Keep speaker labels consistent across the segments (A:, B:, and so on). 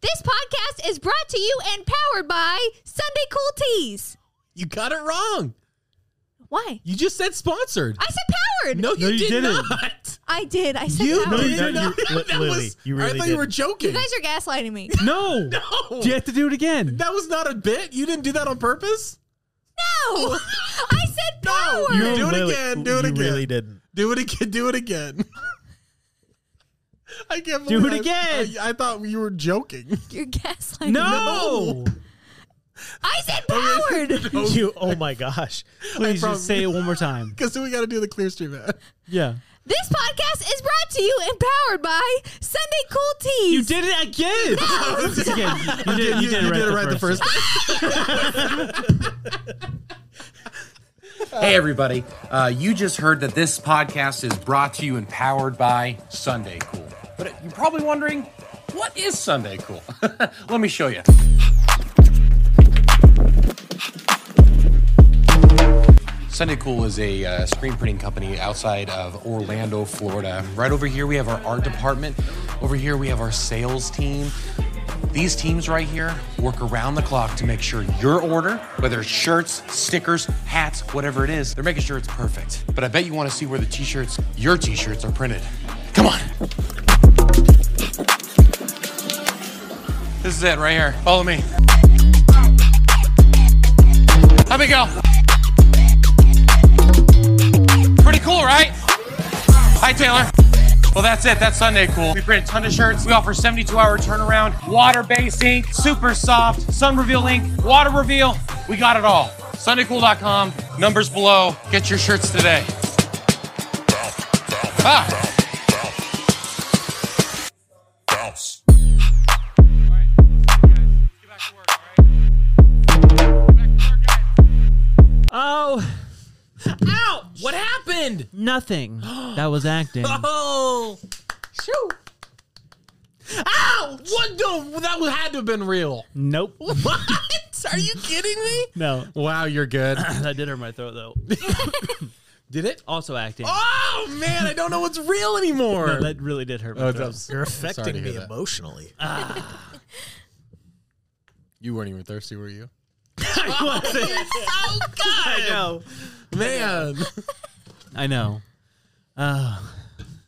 A: This podcast is brought to you and powered by Sunday Cool Teas.
B: You got it wrong.
A: Why?
B: You just said sponsored.
A: I said powered.
B: no, you,
C: you
B: did
C: didn't.
B: not.
A: I did. I said
B: You
A: powered.
B: did
A: You
C: no, you-
B: not.
C: li-
B: that
C: Lily,
B: was,
C: you
B: I
C: really
B: thought you were
C: didn't.
B: joking.
A: guys are gaslighting me.
C: No.
B: No.
C: You have to do it again.
B: that was not a bit. You didn't do that on purpose.
A: No, I said
B: No,
A: powered.
B: you Do it again, do it
C: you
B: again.
C: really didn't.
B: Do it again. Do it again. I can't
C: Do
B: believe
C: it
B: I-
C: again.
B: I, I thought you were joking.
A: You're gaslighting.
C: No.
A: I said powered.
C: You. Oh my gosh. Please
B: promise.
C: just say it one more time.
B: Because then we got to do the clear stream ad.
C: Yeah.
A: this podcast is brought to you and powered by Sunday Cool Teas.
C: You did it again. It's again. You did. You did it right, the, first
B: time.
D: Hey, everybody. Uh, you just heard that this podcast is brought to you and powered by Sunday Cool. But you're probably wondering, what is Sunday Cool? Let me show you. Sunday Cool is a uh, screen printing company outside of Orlando, Florida. Right over here, we have our art department. Over here, we have our sales team. These teams right here work around the clock to make sure your order, whether it's shirts, stickers, hats, whatever it is, they're making sure it's perfect. But I bet you want to see where the t shirts, your t shirts, are printed. Come on. This is it right here. Follow me. Let me go. Pretty cool, right? Hi, Taylor. Well, that's it. That's Sunday cool. We print a ton of shirts. We offer 72 hour turnaround, water based ink, super soft, sun reveal ink, water reveal. We got it all. SundayCool.com, numbers below. Get your shirts today. Ah.
C: Oh,
B: Ow! What happened?
C: nothing. That was acting.
B: Oh. Shoo. Ow! What the? That would- had to have been real.
C: Nope.
B: What? Are you kidding me?
C: No.
B: Wow, you're good.
C: That did hurt my throat though.
B: Did it?
C: Also acting.
B: Oh man, I don't know what's real anymore.
C: No, that really did hurt my
B: Oh,
C: throat.
B: that's-
E: You're
B: Sorry to
E: affecting me
B: hear that. Ah.
E: emotionally.
B: You weren't even thirsty, were you?
A: Oh God!
C: I know.
B: Man,
C: I know.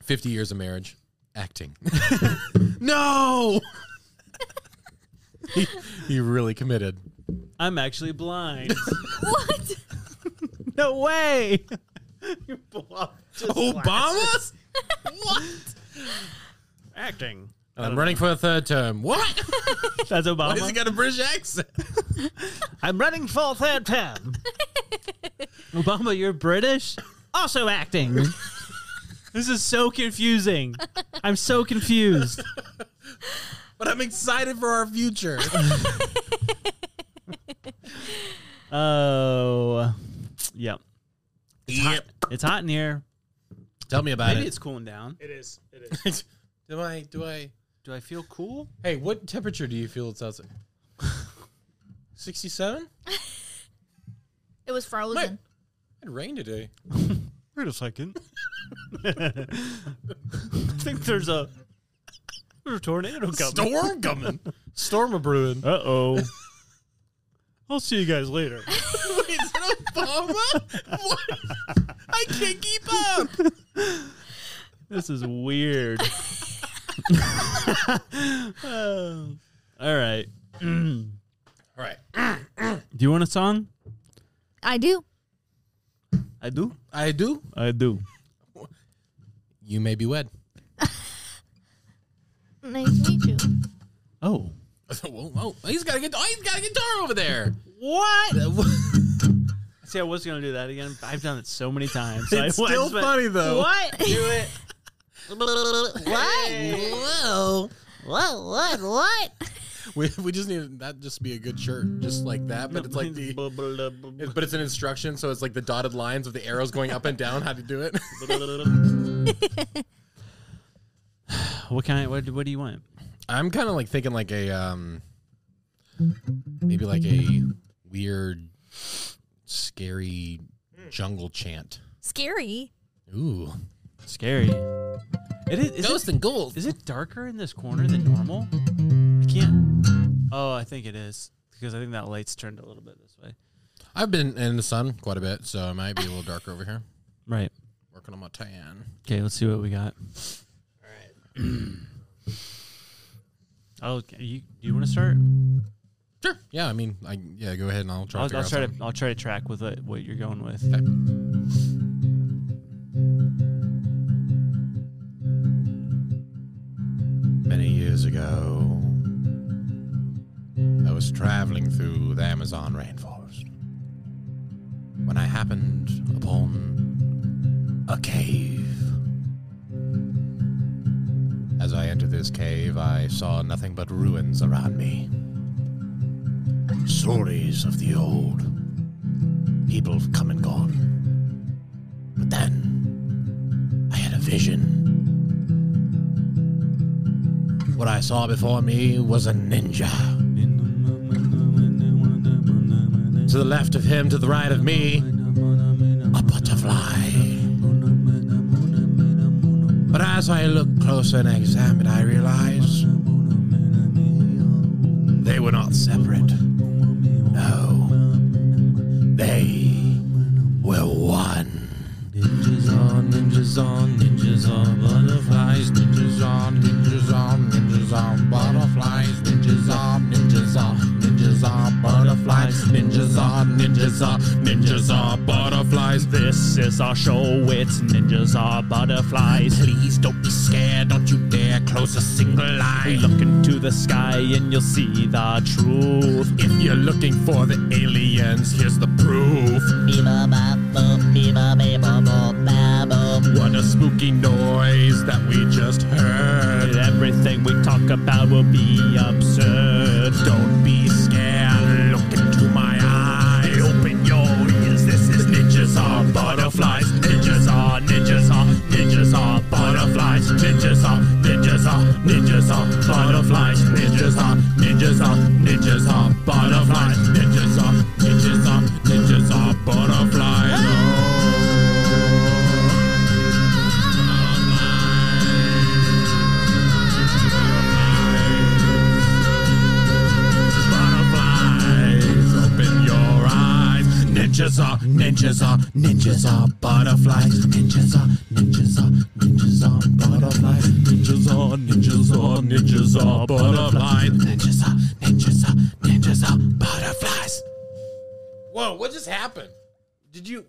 B: fifty years of marriage, acting. no, he, he really committed.
C: I'm actually blind.
A: What?
C: no way.
B: Obama?
A: What?
C: Acting.
B: I'm running for a third term. What?
C: That's
B: Why does
C: Obama.
B: he got a British accent?
C: I'm running for third term. Obama, you're British? Also acting. this is so confusing. I'm so confused.
B: But I'm excited for our future.
C: Oh. Yep.
B: yep.
C: It's hot in here.
B: Tell me about
C: Maybe
B: it.
C: it's cooling down.
E: It is. It is.
B: do I? Do I?
C: Do I feel cool?
B: Hey, what temperature do you feel it's outside? Sixty-seven.
A: It was frozen.
B: It rained today.
C: Wait a second. I think there's a, there's a tornado coming.
B: Storm coming. Storm a brewing.
C: uh oh. I'll see you guys later.
B: Wait, is it Obama? Uh, What? I can't keep up.
C: This is weird. Um, all right.
B: All right.
C: Do you want a song?
A: I do.
C: I do.
B: I do.
C: I do.
B: You may be wed.
A: Nice to meet you.
C: Oh.
B: whoa, whoa. He's got a guitar. He's got a guitar over there.
C: What?
B: it's
C: See, I was going to do that again. but I've done it so many times. so I- I
B: still
C: spent-
B: funny though.
C: What? Do it.
B: Whoa.
A: What? What? What?
B: We, we just need that just to be a good shirt, just like that. But it's like the. But it's an instruction, so it's like the dotted lines of the arrows going up and down. How to do it?
C: what kind? What, what do you want?
B: I'm kind of like thinking like a um, maybe like a weird, scary jungle chant.
A: Scary.
B: Ooh,
C: Scary. It is. Is,
B: ghosts
C: it,
B: and ghouls.
C: is it darker in this corner than normal? I can't. Oh, I think it is because I think that light's turned a little bit this way.
F: I've been in the sun quite a bit, so it might be a little darker over here.
C: Right.
F: Working on my tan.
C: Okay, let's see what we got. All right. oh, you you want to start?
F: Sure. Yeah, I mean, I yeah, go ahead and I'll try.
C: I'll,
F: to figure
C: I'll
F: out
C: try to
F: something.
C: I'll try to track with what, what you're going with.
F: Many years ago, I was traveling through the Amazon rainforest when I happened upon a cave. As I entered this cave, I saw nothing but ruins around me. Stories of the old. People have come and gone. But then, I had a vision. What I saw before me was a ninja. To the left of him, to the right of me, a butterfly. But as I looked closer and examined, I realized they were not separate. No, they were one. Ninjas on, ninjas on, ninjas on, butterflies, ninjas on, ninjas on, ninjas on, butterflies, ninjas on, ninjas on, ninjas on, butterflies, ninjas on, ninjas on, ninjas on, butterflies.
C: This is our show. It's ninjas are butterflies.
F: Please don't be scared, don't you dare close a single eye. Look,
C: into the sky and you'll see the truth.
F: if you're looking for the aliens, here's the proof. What a spooky noise that we just heard.
C: Everything we talk about will be absurd.
F: Don't be scared. Look into my eyes. Open your ears. This is ninjas are butterflies. Ninjas are ninjas are ninjas are butterflies. Ninjas are ninjas are ninjas are butterflies. Ninjas are ninjas are ninjas are butterflies. Ninjas are ninjas are ninjas are butterflies. butterflies. Open your eyes. Ninjas are, ninjas are, ninjas are butterflies. Ninjas are, ninjas are, ninjas are butterflies. Ninjas are, ninjas are, ninjas are butterflies. Ninjas are, ninjas are, ninjas are butterflies. Whoa, what just happened? Did you.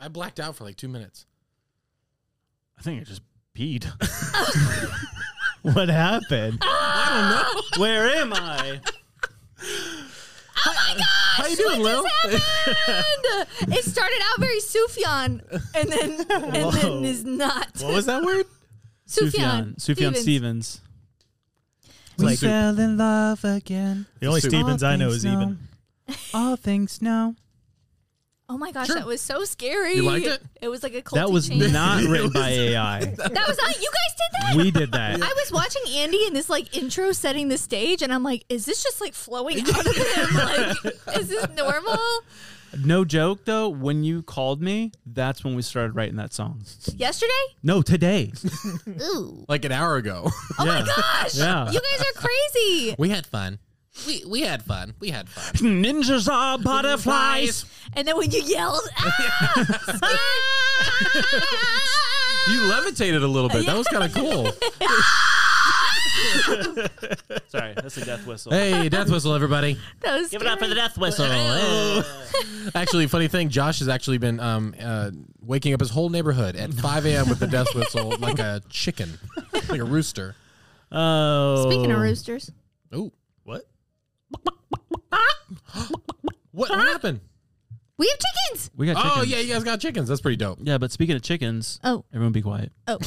F: I blacked out for like two minutes.
C: I think I just peed. what happened? I don't know. Where am I?
F: How you doing, Lil?
A: And it started out very Sufjan, and then and
C: Whoa.
A: then is not
F: What was that word?
A: Sufjan.
C: Sufjan
A: Stevens.
C: Stevens.
E: We
F: like-
E: fell in love again.
G: The only
F: Soup.
G: Stevens I know
E: things
G: is
E: now.
G: even.
E: All things now.
A: Oh my gosh, that was so scary.
F: You liked it?
A: It was like a cult.
C: That was
A: change.
C: not written by AI.
A: That was not. You guys did that.
C: We did that.
A: I was watching Andy in this like intro setting the stage, and I'm like, is this just like flowing out of him? Like, is this normal?
C: No joke though, when you called me, that's when we started writing that song.
A: Yesterday?
C: No, today.
A: Ooh.
F: Like an hour ago.
A: Oh my gosh.
C: Yeah.
A: You guys are crazy.
F: We had fun. We, we had fun. We had fun.
C: Ninjas are butterflies.
A: And then when you yelled, ah, scared.
F: You levitated a little bit. That was kind of cool.
C: Sorry, that's a death whistle.
F: Hey, death whistle, everybody!
A: That was scary.
C: death whistle. Hey.
F: Actually, funny thing, Josh has actually been um, uh, waking up his whole neighborhood at 5 a.m. with the death whistle, like a chicken, like a rooster.
C: Oh.
A: Speaking of roosters,
F: Ooh,
G: What?
F: what happened?
A: we have chickens.
C: We got chickens.
F: Oh yeah, you guys got chickens. That's pretty dope.
C: Yeah, but speaking of chickens,
A: Oh,
C: everyone be quiet
A: oh.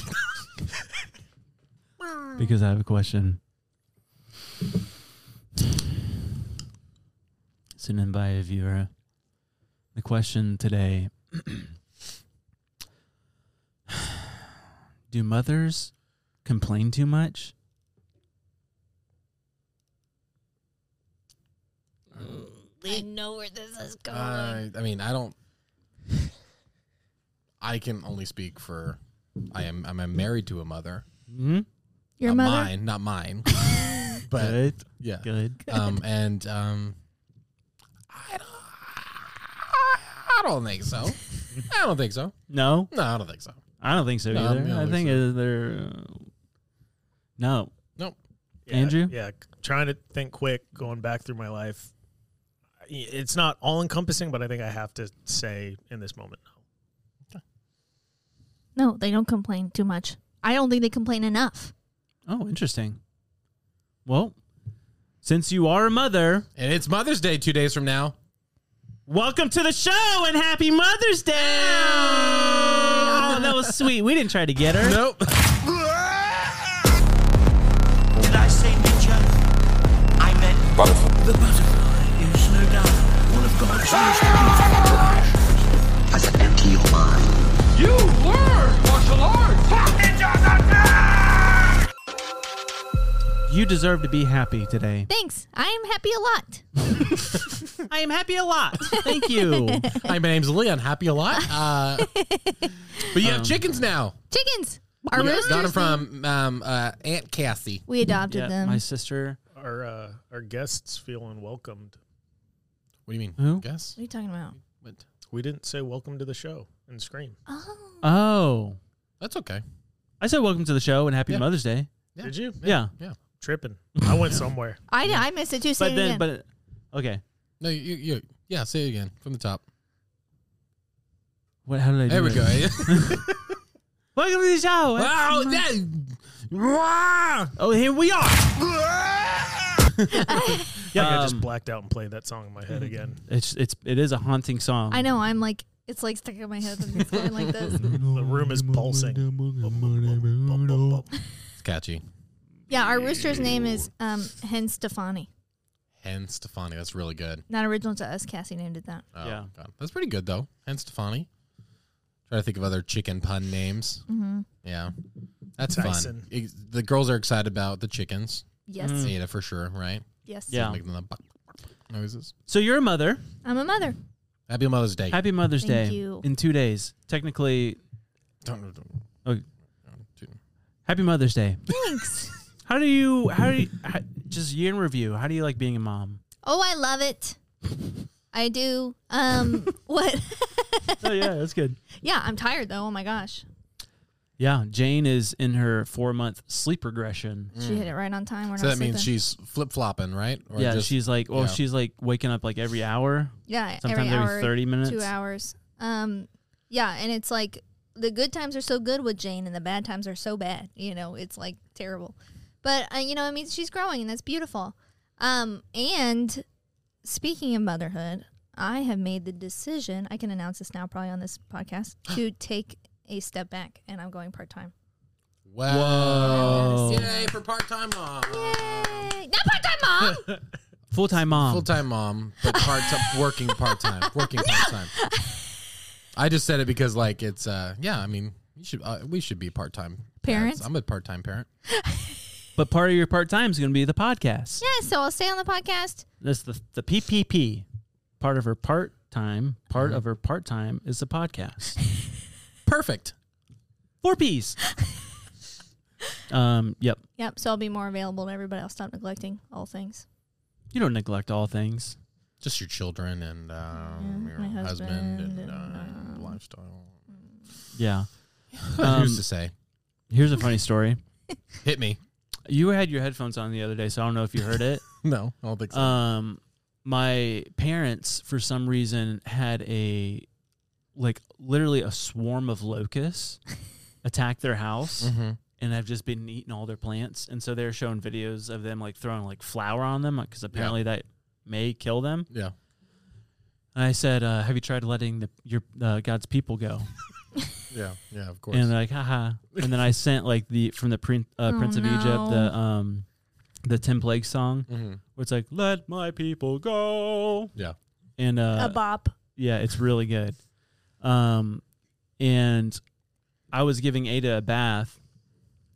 C: because I have a question. It's an invite by a viewer. The question today Do mothers complain too much?
A: I know where this is going.
F: Uh, I mean, I don't. I can only speak for. I am. I'm married to a mother. Uh,
C: Mm-hmm.
A: Your
F: Not
A: mother?
F: mine, not mine.
B: but
C: Good.
B: yeah,
C: Good.
B: Um, and um, I don't, I- I don't think so. I don't think so.
C: No,
B: No, I don't think so.
C: I don't think so
B: No, I
C: either.
B: don't
C: I
B: think
C: think
B: so.
C: uh, they're. uh, No.
B: Nope.
G: Yeah,
C: Andrew?
G: Yeah, c- trying to think quick, going back through my life. I- It's not all encompassing, but I think I have to say in this moment, no.
A: No, they don't complain too much. I don't think they complain enough.
C: Oh, interesting. Well, since you are a mother,
B: And it's Mother's Day two days from now.
C: welcome to the show and happy Mother's Day. Oh, that was sweet. We didn't try to get her.
B: Nope.
H: Did I say ninja? I meant butterfly. The butterfly is no doubt one of God's most beautiful creations. Has an empty mind.
I: You learn martial arts.
C: You deserve to be happy today.
A: Thanks. I am happy a lot.
C: I am happy a lot. Thank you.
B: Hi, my name's Leon. Happy a lot. Uh, but you have chickens now.
A: Chickens are
B: You got- got them
A: roosters.
B: from um, uh, Aunt Cassie.
A: We adopted
C: yeah,
A: them.
C: my sister.
G: Our uh, our guests feeling welcomed.
B: What do you mean?
C: Who?
B: Guess.
A: what are you talking about?
B: What?
G: We didn't say welcome to the show and scream.
A: Oh,
C: Oh,
B: That's okay.
C: I said welcome to the show and happy
B: Yeah.
C: Mother's Day.
G: Did you?
C: Yeah,
B: Yeah.
G: Tripping. I went somewhere.
A: I I missed it too. Say
C: but
A: it
C: then,
A: again.
C: but okay.
B: No, you, you, yeah, say it again from the top.
C: What? How did I? Do
B: There we
C: it?
B: go.
C: Welcome to the show.
B: wow. That, wow.
C: Oh, here we are.
G: Yeah, I
C: Um,
G: just blacked out and played that song in my head again.
C: It's it's it is a haunting song.
A: I know. I'm like, it's like stuck in my head and it's going like this.
G: The room is pulsing.
B: It's catchy.
A: Yeah, our rooster's name is um, Hen Stefani.
B: And Stefani. That's really good.
A: Not original to us. Cassie named it that.
B: Oh,
C: Yeah.
B: God. That's pretty good, though. And Stefani. Try to think of other chicken pun names. Mm-hmm. Yeah. That's fun.
G: Dyson.
B: Ex- The girls are excited about the chickens.
A: Yes.
B: Ada for sure, right?
A: Yes.
C: Mm. Yeah.
B: Making the buck, buck, buck noises.
C: So you're a mother.
A: I'm a mother.
B: Happy Mother's Day.
C: Happy Mother's
A: Thank
C: Day.
A: you.
C: In two days, technically.
B: Don't- don't- don't-
C: Oh,
B: don't-
C: happy Mother's Day.
A: Thanks.
C: How do you? How do you? How, just year in review. How do you like being a mom?
A: Oh, I love it. I do. Um, what?
C: Oh yeah, that's good.
A: yeah, I'm tired though. Oh my gosh.
C: Yeah, Jane is in her four month sleep regression.
A: She hit it right on time. We're
B: So
A: not
B: that means
A: sleeping.
B: she's flip flopping, right? Mm, Or
C: yeah,
B: just-
C: she's like, well,
B: yeah.
C: she's like waking up like every hour.
A: yeah,
C: Sometimes
A: every,
C: every,
A: hour,
C: 30 minutes.
A: two hours. Um, yeah, and it's like the good times are so good with Jane, and the bad times are so bad. You know, it's like terrible. But uh, you know, I mean, she's growing, and that's beautiful. Um, and speaking of motherhood, I have made the decision. I can announce this now, probably on this podcast, to take a step back, and I'm going part time.
B: Wow. Yay for part time mom.
A: Yay! Not part time, mom.
C: Full time mom.
B: Full time mom, but part time, working part time, working part time. I just said it because, like, it's uh, yeah. I mean, you should uh, we should be part time
A: Parents?
B: I'm a part time parent.
C: but part of your part time is going to be the podcast.
A: yeah, so I'll stay on the podcast.
C: That's the the PPP. Part of her part time. Part
B: Mm-hmm.
C: of her part time is the podcast.
B: Perfect.
C: Four P's. um. Yep.
A: Yep. So I'll be more available to everybody. I'll stop neglecting all things.
C: You don't neglect all things.
B: Just your children and um, your
A: my
B: husband,
A: husband
B: and,
A: and,
B: uh,
A: um,
B: lifestyle.
C: Yeah.
B: Who's to say?
C: Here's a funny story.
B: Hit me.
C: You had your headphones on the other day, so I don't know if you heard it.
B: No, I don't think so.
C: Um, my parents, for some reason, had a like literally a swarm of locusts attack their house,
B: Mm-hmm. Um,
C: and have just been eating all their plants. And so they're showing videos of them like throwing like flour on them because apparently that may kill them.
B: yeah.
C: And I said, uh, "Have you tried letting the your uh, God's people go?"
B: Yeah. Yeah. Of course.
C: and they're like, "Haha!" And then I sent like the from the Prin- uh,
A: Oh,
C: Prince of Egypt
A: no.
C: the um the Tim Plague song,
B: Mhm.
C: where it's like, "Let my people go."
B: Yeah.
C: and uh,
A: a bop.
C: yeah, it's really good. Um, and I was giving Ada a bath,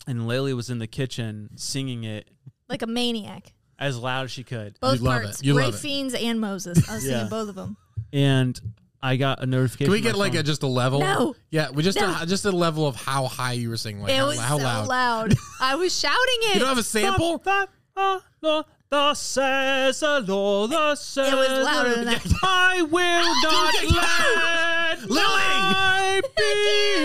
C: and Laylee was in the kitchen singing it
A: like a maniac.
C: as loud as she could.
A: Both
B: love
A: parts,
B: it. You
A: Ray
B: love it.
A: Fiennes and Moses. I was
C: Yeah.
A: seeing both of them.
C: And I got a notification.
B: Can we
C: on
B: get
C: my
B: like
C: phone.
B: a just a level?
A: No.
B: Yeah, we just
A: No.
B: a, just a level of how high you were singing, like
A: it
B: Oh how,
A: was
B: how
A: so
B: loud.
A: loud. I was shouting it.
B: You don't have a sample?
C: Stop, Ah, no, thus says the Lord, thus says
A: was
C: the
A: louder than
C: Lord,
A: that.
C: I will not let my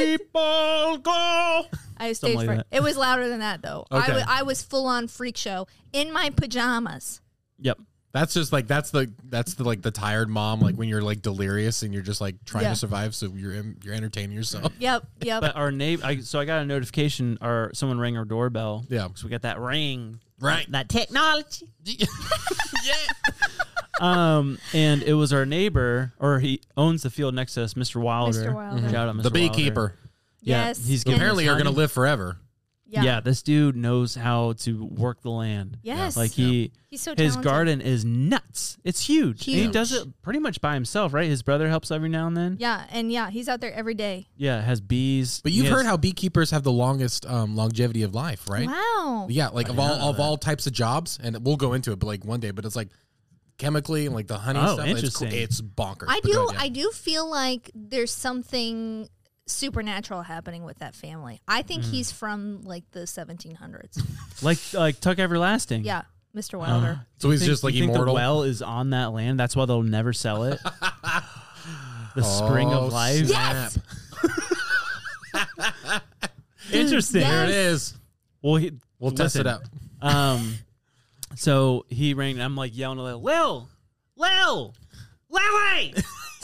C: people go.
A: I was stage
C: Something like
A: fright. It was louder than that though. I
B: Okay.
A: wa- I was full on freak show in my pajamas.
C: Yep.
B: That's just like that's the that's the like the tired mom like when you're like delirious and you're just like trying
A: Yeah.
B: to survive so you're en- you're entertaining yourself.
A: Yep, yep.
C: But our neighbor, I, so I got a notification, or someone rang our doorbell.
B: Yeah.
C: So we got that ring.
B: Right.
C: That technology. Um, and it was our neighbor, or he owns the field next to us, Mr. Wilder.
A: Mr. Wilder.
C: Shout out, Mr.
B: the
C: Wilder.
B: beekeeper.
C: Yeah,
A: yes.
C: he's
A: yes,
C: getting-
B: Apparently are going to
C: honey.
B: live forever.
C: Yeah. this dude knows how to work the land.
A: Yes.
C: Like he
A: He's so
C: his
A: talented.
C: garden is nuts. It's huge. And he
A: Huge.
C: does it pretty much by himself, right? His brother helps every now and then.
A: Yeah, and yeah, he's out there every day.
C: Yeah, has bees.
B: But you've
C: He has-
B: heard how beekeepers have the longest um, longevity of life, right?
A: Wow.
B: Yeah, like of all of all types of jobs, and we'll go into it, but like one day, but it's like chemically and like the honey
C: Oh,
B: stuff. It's, cool.
C: interesting.
B: it's bonkers.
A: I
B: But
A: do
B: go ahead, yeah.
A: I do feel like there's something supernatural happening with that family. I think
B: Hmm.
A: he's from like the 1700s.
C: like like Tuck Everlasting.
A: yeah, Mr. Wilder.
B: so he's just like
C: you think
B: immortal.
C: The well is on that land. That's why they'll never sell it. the spring
B: Oh,
C: of life.
A: yes.
C: Interesting.
A: yes.
B: There it is.
C: Well, he,
B: We'll test it
C: listen,
B: out.
C: Um, so he rang. and I'm like yelling at Lil, Lil, Lil, Lily.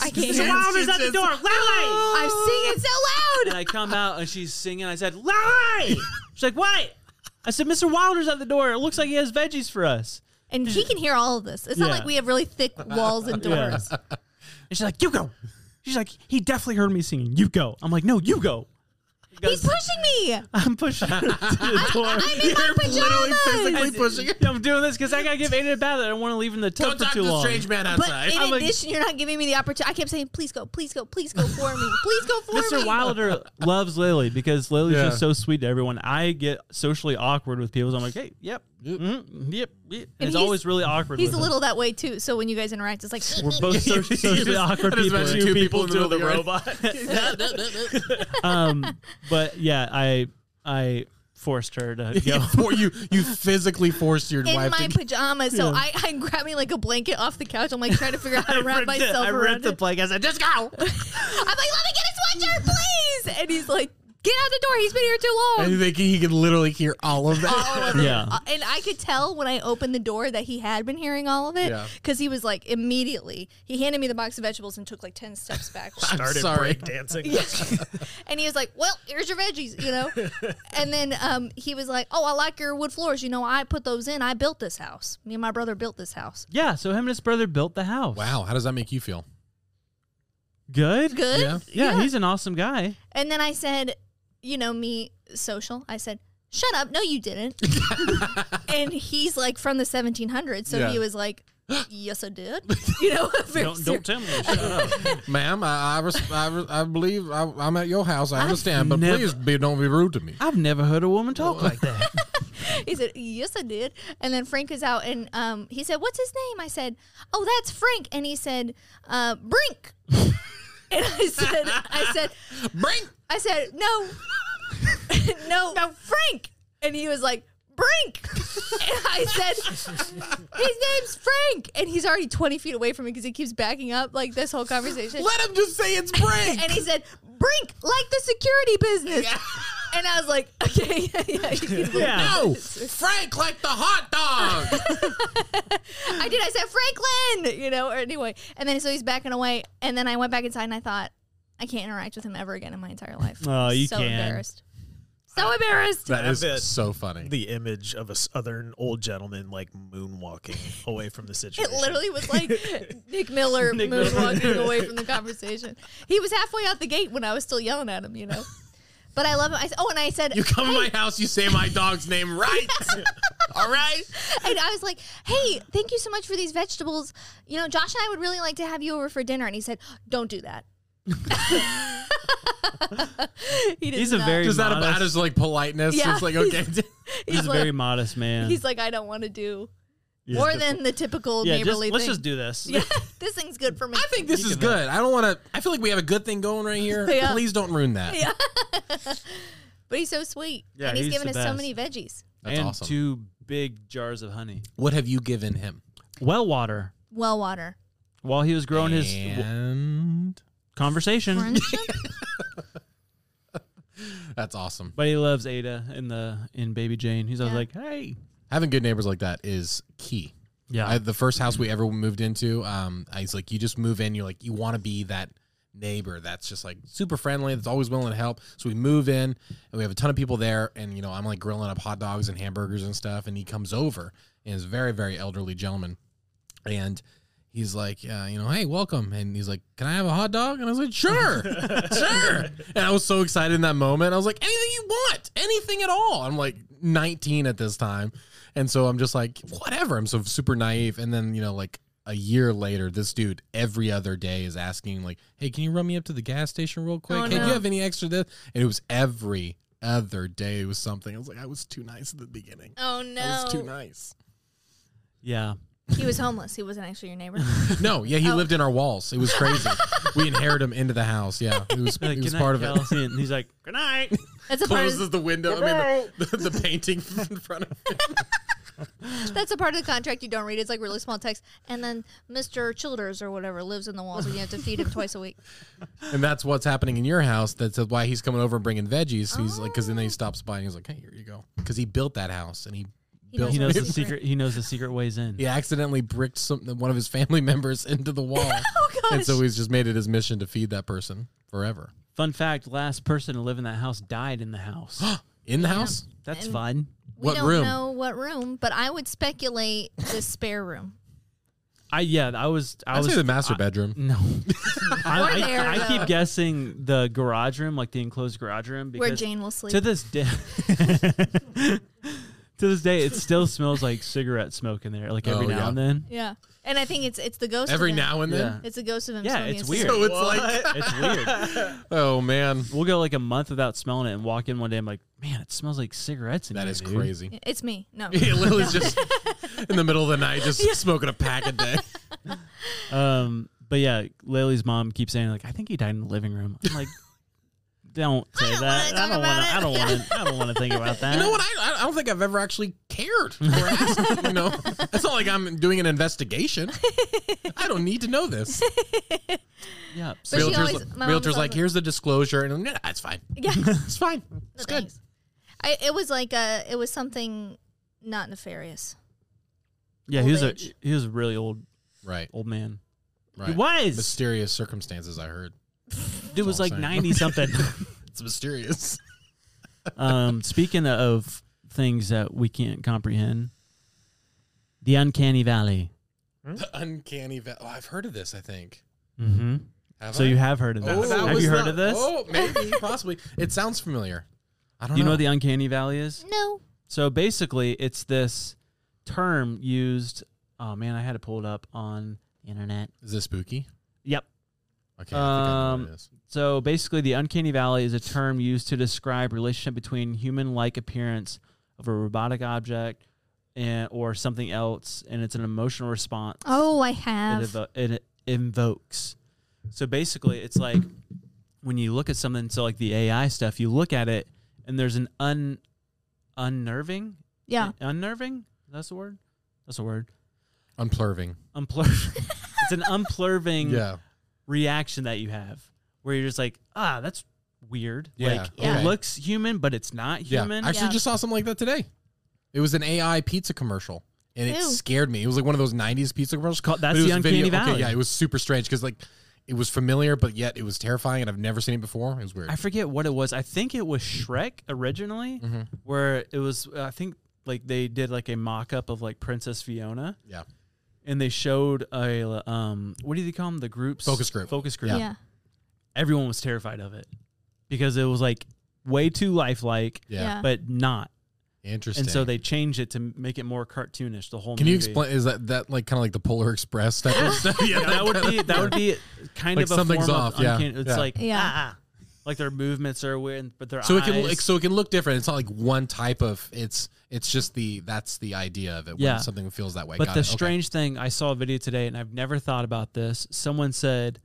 A: I can't
C: Mr.
A: hear it.
C: Wilder's at the door. Lily.
A: I'm singing so
C: And
A: loud.
C: I come out and she's singing. I said, Lily. She's like, what? I said, Mr. Wilder's at the door. It looks like he has veggies for us.
A: And he can hear all of this. It's not
C: Yeah.
A: like we have really thick walls and
C: Yeah.
A: doors.
C: And she's like, you go. She's like, he definitely heard me singing. You go. I'm like, no, you go.
A: He's pushing me.
C: I'm pushing her to the door.
A: I'm in my pajamas.
B: Physically pushing it.
C: I'm doing this because I gotta give Aiden a bath. I don't want to leave in the tub
B: Don't
C: for
B: talk
C: too
B: to the
C: long.
B: strange man
A: But
B: outside.
A: in
C: I'm like-
A: addition, you're not giving me the opportunity. I kept saying, "Please go, please go, please go for me, please go for me."
C: Mr. Wilder loves Lily because Lily's
B: Yeah.
C: just so sweet to everyone. I get socially awkward with people. So I'm like, hey, yep, mm, yep, yep.
A: And
C: it's
A: he's-
C: always really awkward.
A: He's
C: with
A: a
C: him.
A: little that way too. So when you guys interact, it's like
C: We're both so- socially awkward
B: I just
C: people.
B: imagine
C: Two
B: people in the
G: the
B: middle of
G: robot.
C: um, but yeah, I I forced her to go.
B: Before you, you physically forced your
A: in
B: wife
A: my
B: to.
A: pajamas. So
C: Yeah.
A: I, I'm grabbing like a blanket off the couch. I'm like trying to figure out how to wrap
C: ripped it-
A: myself
C: I
A: around
C: ripped the
A: it.
C: blanket. I said, just go.
A: I'm like, "Let me get a sweatshirt, please!" And he's like, "Get out the door. He's been here too long."
B: I think he could literally hear all of that.
A: all of it.
C: Yeah.
A: Uh, and I could tell when I opened the door that he had been hearing all of it
B: Yeah.
A: because he was like immediately he handed me the box of vegetables and took like ten steps backwards.
G: Started
B: sorry.
G: break dancing.
A: and he was like, "Well, here's your veggies," you know. and then um, he was like, "Oh, I like your wood floors. You know, I put those in. I built this house. Me and my brother built this house.
C: Yeah, so him and his brother built the house.
B: Wow, how does that make you feel?
C: Good.
A: Good.
B: Yeah.
C: Yeah, he's an awesome guy.
A: and then I said, you know, me social. I said, "Shut up! No, you didn't." and he's like from the 1700s, so
B: Yeah.
A: he was like. Yes, I did. You know, very
C: Don't
A: serious.
C: don't tell me. to Shut up.
B: Ma'am, I I, res- I, res- I believe I, I'm at your house. I understand, but
C: never-
B: please be, don't be rude to me.
C: I've never heard a woman talk like that.
A: He said, "Yes, I did." And then Frank was out, and um, he said, "What's his name?" I said, "Oh, that's Frank." And he said, uh, "Brink." and I said, "I said,
B: Bring
A: I said no, no, no, Frank." And he was like, "Brink." and I said, "His name's Frank." And he's already twenty feet away from me because he keeps backing up like this whole conversation.
B: Let him just say it's Brink.
A: And he said, "Brink, like the security business." And I was like, "Okay, yeah, yeah." you can leave."
C: Yeah.
B: no, Oh, Frank like the hot dog.
A: I did. I said Franklin, you know. Or anyway, and then so he's backing away, and then I went back inside and I thought I can't interact with him ever again in my entire life.
C: Oh, you Uh,
A: so
C: can.
A: embarrassed. So embarrassed.
B: that is
G: Have it.
B: so funny.
G: the image of a southern old gentleman like moonwalking away from the
A: It
G: situation.
A: literally was like Nick Miller
C: Nick Miller.
A: moonwalking away from the conversation. He was halfway out the gate when I was still yelling at him, you know. But I love him. I, s- oh, and I said,
B: you come
A: "Hey,"
B: to my house, you say my dog's name right. All right.
A: and I was like, "Hey, thank you so much for these vegetables. You know, Josh and I would really like to have you over for dinner." And he said, "Don't do that." he does
C: He's a
A: not-
C: very
B: Is that
C: modest,
B: about just like politeness?
A: Yeah.
B: It's like okay.
A: he's,
C: he's a
A: like,
C: very modest man.
A: he's like, I don't want to do more than the typical
C: yeah, just,
A: neighborly
C: let's
A: thing.
C: just do this.
A: yeah, this thing's good for me.
B: I think this
C: You
B: is
C: can have-
B: good. I don't want to. I feel like we have a good thing going right here.
A: Yeah.
B: Please don't ruin that.
A: Yeah. but he's so sweet.
C: Yeah,
A: and he's,
C: he's
A: giving us
C: the
A: so
C: best.
A: many veggies.
B: That's
C: and
B: awesome.
C: two big jars of honey.
B: What have you given him?
C: Well water
A: Well water.
C: while he was growing his w-
B: And
C: conversation.
A: Friendship?
B: that's awesome.
C: But he loves Ada in the in Baby Jane. He's always
A: Yeah.
C: like, hey,
B: Having good neighbors like that is key.
C: yeah,
B: I, the first house we ever moved into, um, I was like, you just move in, you're like, you want to be that neighbor that's just like super friendly, that's always willing to help. So we move in, and we have a ton of people there, and you know, I'm like grilling up hot dogs and hamburgers and stuff, and he comes over, and is a very very elderly gentleman, and. He's like, uh, you know, hey, welcome, and he's like, "Can I have a hot dog?" And I was like, "Sure, sure." And I was so excited in that moment. I was like, "Anything you want, anything at all." I'm like 19 at this time, and so I'm just like, whatever. I'm so super naive. And then, you know, like a year later, this dude every other day is asking, like, hey, can you run me up to the gas station real quick?
A: Oh,
B: hey, do
A: no.
B: you have any extra this? And it was every other day it was something. I was like, I was too nice at the beginning.
A: Oh
B: I was too
A: no.
B: nice.
C: yeah.
A: He was homeless. He wasn't actually your neighbor.
B: No, yeah,
A: Oh.
B: he lived in our walls. It was crazy. we inherited him into the house. Yeah, it was,
C: Like,
B: it was
C: "Good night,
B: part of it.
C: Kelsey." And he's like, good night.
A: That's a part
B: Closes
A: of
B: the window. I mean, the, the painting in front of him.
A: that's a part of the contract you don't read. It's like really small text. And then Mr. Childers or whatever lives in the walls, and you have to feed him twice a week.
B: And that's what's happening in your house. That's why he's coming over and bringing veggies. He's like, because then
A: Oh.
B: he stops by and he's like, hey, here you go. Because he built that house and he,
A: He
B: built.
C: He knows the
A: Secret.
C: secret. He knows the secret ways in.
B: He accidentally bricked some one of his family members into the wall,
A: Oh gosh.
B: and so he's just made it his mission to feed that person forever
C: Fun fact: last person to live in that house died in the house.
B: in the house.
C: That's
A: And-
C: fun.
A: we
B: what
A: don't
B: room?
A: know what room, but I would speculate the spare room.
C: I yeah. I was. I
B: I'd
C: was
B: say the master
C: I-
B: bedroom.
C: No,
A: Or
C: I,
A: there,
C: I, I
A: though.
C: keep guessing the garage room, like the enclosed garage room, because
A: Where Jane will sleep.
C: to this day, to this day, it still smells like cigarette smoke in there, like every
B: Oh,
C: now
B: yeah.
C: and then.
A: yeah. And I think it's it's the ghost
B: Every
A: of him.
B: now and then.
A: it's the ghost of him.
C: Yeah,
A: smoking
C: it's
A: his
C: weird.
B: So it's like,
C: It's weird.
B: oh man,
C: We'll go like a month without smelling it, and walk in one day. I'm like, man, it smells like cigarettes. In
B: that
C: here,
B: is
C: dude."
B: crazy.
A: It's me. No.
B: Yeah, Lily's just in the middle of the night, just smoking a pack a day.
C: Um, but yeah, Lily's mom keeps saying like, I think he died in the living room. I'm like, don't say
A: don't
C: that.
A: wanna
C: I don't
A: talk
C: I
A: about
C: don't
A: it."
C: want. I don't want to think about that.
B: You know what? I, I don't think I've ever actually cared. Or asked, you know, it's not like I'm doing an investigation. I don't need to know this.
C: Yeah.
A: But she
B: realtors,
A: always- my mom was
B: realtors like,
A: always-
B: here's the disclosure, and I'm, "Nah, it's fine.
A: Yeah.
B: It's fine. It's
A: No,
B: good.
A: thanks. I, it was like a, it was something not nefarious.
C: Yeah, he
A: Old
C: was a
A: age.
C: he was a really old
B: Right.
C: old man.
B: Right.
C: He was.
B: Mysterious circumstances. I heard.
C: Dude was
B: all
C: like
B: I'm saying.
C: ninety something.
B: It's mysterious.
C: um, speaking of things that we can't comprehend, the uncanny valley.
B: The uncanny. Va- oh, I've heard of this. I think.
C: Mm-hmm.
B: Have
C: So
B: I?
C: you have heard of this?
B: Oh, that
C: have
B: was
C: you heard
B: not-
C: of this?
B: Oh, maybe possibly. It sounds familiar. I don't
C: Do you
B: know.
C: know what the uncanny valley is?
A: No.
C: So basically, it's this term used. Oh man, I had to pull it up on the internet.
B: Is this spooky?
C: Yep.
B: Okay. I think I know what
C: Um,
B: it is.
C: So basically, the uncanny valley is a term used to describe relationship between human-like appearance of a robotic object and or something else, and it's an emotional response.
A: Oh, I
C: it,
A: have.
C: evo- it invokes. So basically, it's like when you look at something. So like the AI stuff, you look at it, and there's an un unnerving.
A: Yeah.
C: unnerving. That's the word. That's the word.
B: Unplurving.
C: Unplurving. it's an unplurving
B: Yeah.
C: reaction that you have, where you're just like, ah, that's weird.
B: Yeah,
C: Like
A: Yeah.
C: it
B: okay.
C: looks human, but it's not human.
B: Yeah. I actually
A: Yeah.
B: just saw something like that today. It was an AI pizza commercial. And it
A: Ew.
B: scared me. It was like one of those '90s pizza commercials.
C: Called-
B: but
C: that's
B: it was
C: the Uncanny Valley.
B: yeah, it was super strange because like it was familiar, but yet it was terrifying, and I've never seen it before. It was weird.
C: I forget what it was. I think it was Shrek originally,
B: Mm-hmm.
C: where it was. I think like they did like a mock up of like Princess Fiona,
B: yeah,
C: and they showed a um what do you call them the groups
B: Focus group.
C: focus group.
A: yeah.
C: Everyone was terrified of it because it was like way too lifelike,
B: yeah,
A: Yeah.
C: but not.
B: interesting.
C: And so they changed it to make it more cartoonish. The whole
B: can you
C: movie.
B: explain? Is that that like kind of like the Polar Express type of stuff? Yeah,
C: that would be that would be kind
B: Like
C: of a
B: something's
C: form
B: off,
C: Of
B: yeah,
C: uncanny, It's
B: yeah.
C: like
A: Yeah.
C: ah, like their movements are weird, but their
B: So it
C: eyes.
B: can like, so it can look different. It's not like one type of. It's it's just the that's the idea of it.
C: Yeah.
B: when something feels that way.
C: but
B: Got
C: the
B: it. Okay.
C: strange thing, I saw a video today, and I've never thought about this. Someone said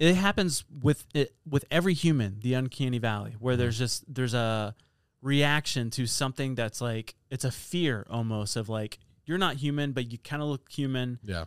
B: Mm-hmm.
C: it happens with it with every human, the uncanny valley, where there's just there's a reaction to something that's like it's a fear almost of like you're not human, but you kind of look human.
B: Yeah.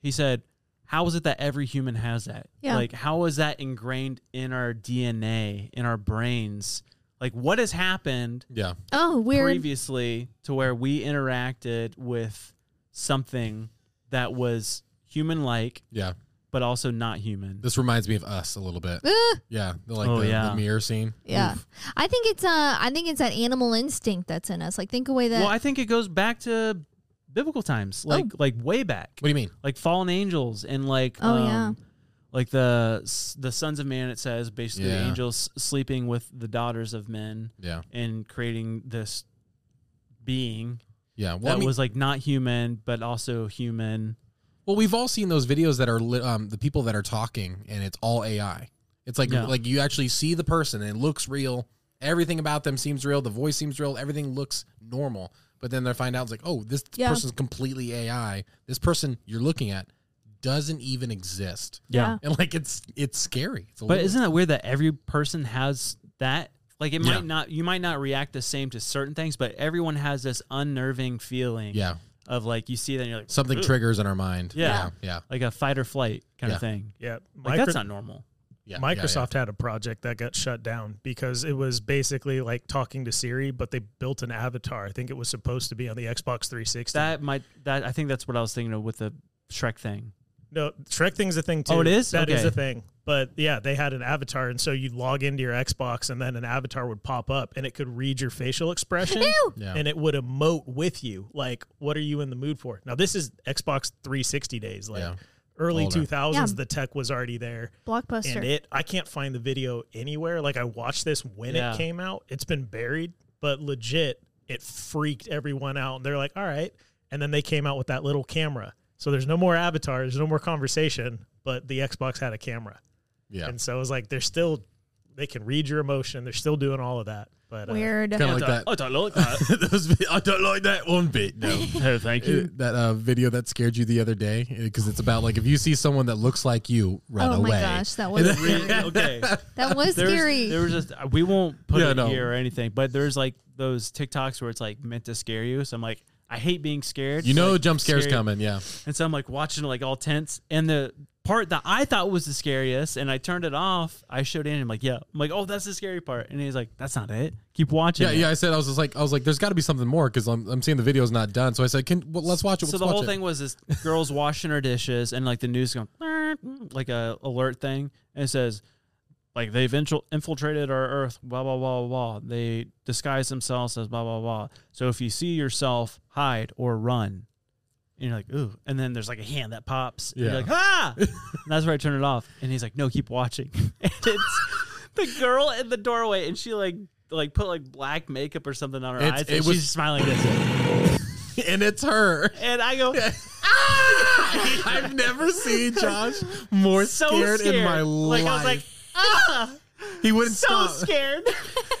C: He said, "How is it that every human has that?
A: Yeah.
C: Like, how is that ingrained in our DNA, in our brains? Like, what has happened
B: Yeah.
A: Oh, weird.
C: previously to where we interacted with something that was human-like,
B: Yeah.
C: but also not human?
B: This reminds me of us a little bit.
A: Ah,
B: Yeah. the- Like
C: Oh,
B: the,
C: yeah.
B: the mirror scene.
A: yeah,
B: Oof.
A: I think it's uh, I think it's that animal instinct that's in us. Like think away that.
C: Well, I think it goes back to biblical times,
A: Oh.
C: like like way back.
B: What do you mean?
C: like fallen angels and like
A: Oh,
C: um,
A: yeah.
C: like the the sons of man it says basically the
B: Yeah.
C: angels sleeping with the daughters of men
B: Yeah.
C: and creating this being
B: Yeah. Well, I
C: that
B: mean,
C: was like not human but also human
B: well, we've all seen those videos that are li- um, the people that are talking and it's all AI. It's like
C: Yeah.
B: like you actually see the person and it looks real. Everything about them seems real. The voice seems real. Everything looks normal. But then they find out it's like, oh, this
A: Yeah.
B: person's completely AI. This person you're looking at doesn't even exist.
A: Yeah.
B: And like it's it's scary. It's a
C: but
B: little-
C: isn't it weird that every person has that like it
B: Yeah.
C: might not you might not react the same to certain things but everyone has this unnerving feeling
B: yeah
C: of like you see that and you're like
B: something
C: "Ugh,"
B: triggers in our mind.
C: Yeah.
B: Yeah. Yeah.
C: like a fight or flight kind
B: Yeah.
C: of thing
G: Yeah,
C: like
G: Micro-
C: that's not normal
B: yeah, yeah.
G: Microsoft had a project that got shut down because it was basically like talking to Siri, but they built an avatar. I think it was supposed to be on the Xbox 360.
C: That might that I think that's what I was thinking of with the Shrek thing.
G: no, Shrek thing's a thing too.
C: Oh, it is?
G: That is
C: Okay.
G: a thing. But yeah, they had an avatar, and so you'd log into your Xbox, and then an avatar would pop up, and it could read your facial expression,
B: Yeah.
G: and it would emote with you, like what are you in the mood for? Now this is Xbox 360 days, like
B: Yeah.
G: early
B: Older.
G: 2000s.
A: Yeah.
G: The tech was already there.
A: Blockbuster.
G: and it i can't find the video anywhere like i watched this when
C: Yeah.
G: it came out it's been buried but legit it freaked everyone out and they're like all right and then they came out with that little camera so there's no more avatar there's no more conversation but the xbox had a camera
B: Yeah.
G: and so it was like they're still they can read your emotion they're still doing all of that but uh,
A: weird.
B: Kind of like that.
C: don't like that.
B: Those vi- I don't like that one bit. No.
C: no, thank
B: Uh, that uh, video that scared you the other day because it's about like if you see someone that looks like you, run
A: oh
B: away.
A: my gosh, that was scary.
C: okay.
A: that was
C: There's,
A: scary.
C: There was just we won't put
B: Yeah,
C: it
B: no.
C: here or anything, but there's like those TikToks where it's like meant to scare you. So I'm like, I hate being scared.
B: You
C: So,
B: know,
C: like,
B: jump scares
C: scary-
B: coming. Yeah,
C: And so I'm like watching like all tense. And the part that I thought was the scariest, and I turned it off. I showed in. I'm like, yeah. I'm like, oh, that's the scary part. And he's like, that's not it. Keep watching.
B: yeah,
C: it.
B: yeah. I said I was just like I was like, there's got to be something more because I'm, I'm seeing the video's not done. So I said, can well, let's watch it.
C: so
B: let's
C: the
B: watch
C: whole
B: it.
C: thing was this girl's washing her dishes and like the news going "Meep," like a alert thing and it says like they've infil- infiltrated our earth blah blah blah blah they disguise themselves as blah blah blah so if you see yourself hide or run and you're like ooh and then there's like a hand that pops and
B: Yeah.
C: you're like ah and that's where I turn it off and he's like no keep watching and it's the girl in the doorway and she like like put like black makeup or something on her
B: It's-
C: eyes
B: it
C: and
B: was-
C: she's smiling at it.
B: and it's her.
C: and I go
B: I've never seen Josh more
C: so
B: scared,
C: scared,
B: in my
C: like,
B: life.
C: I was like, ah,
B: he wouldn't
C: so
B: stop,
C: scared.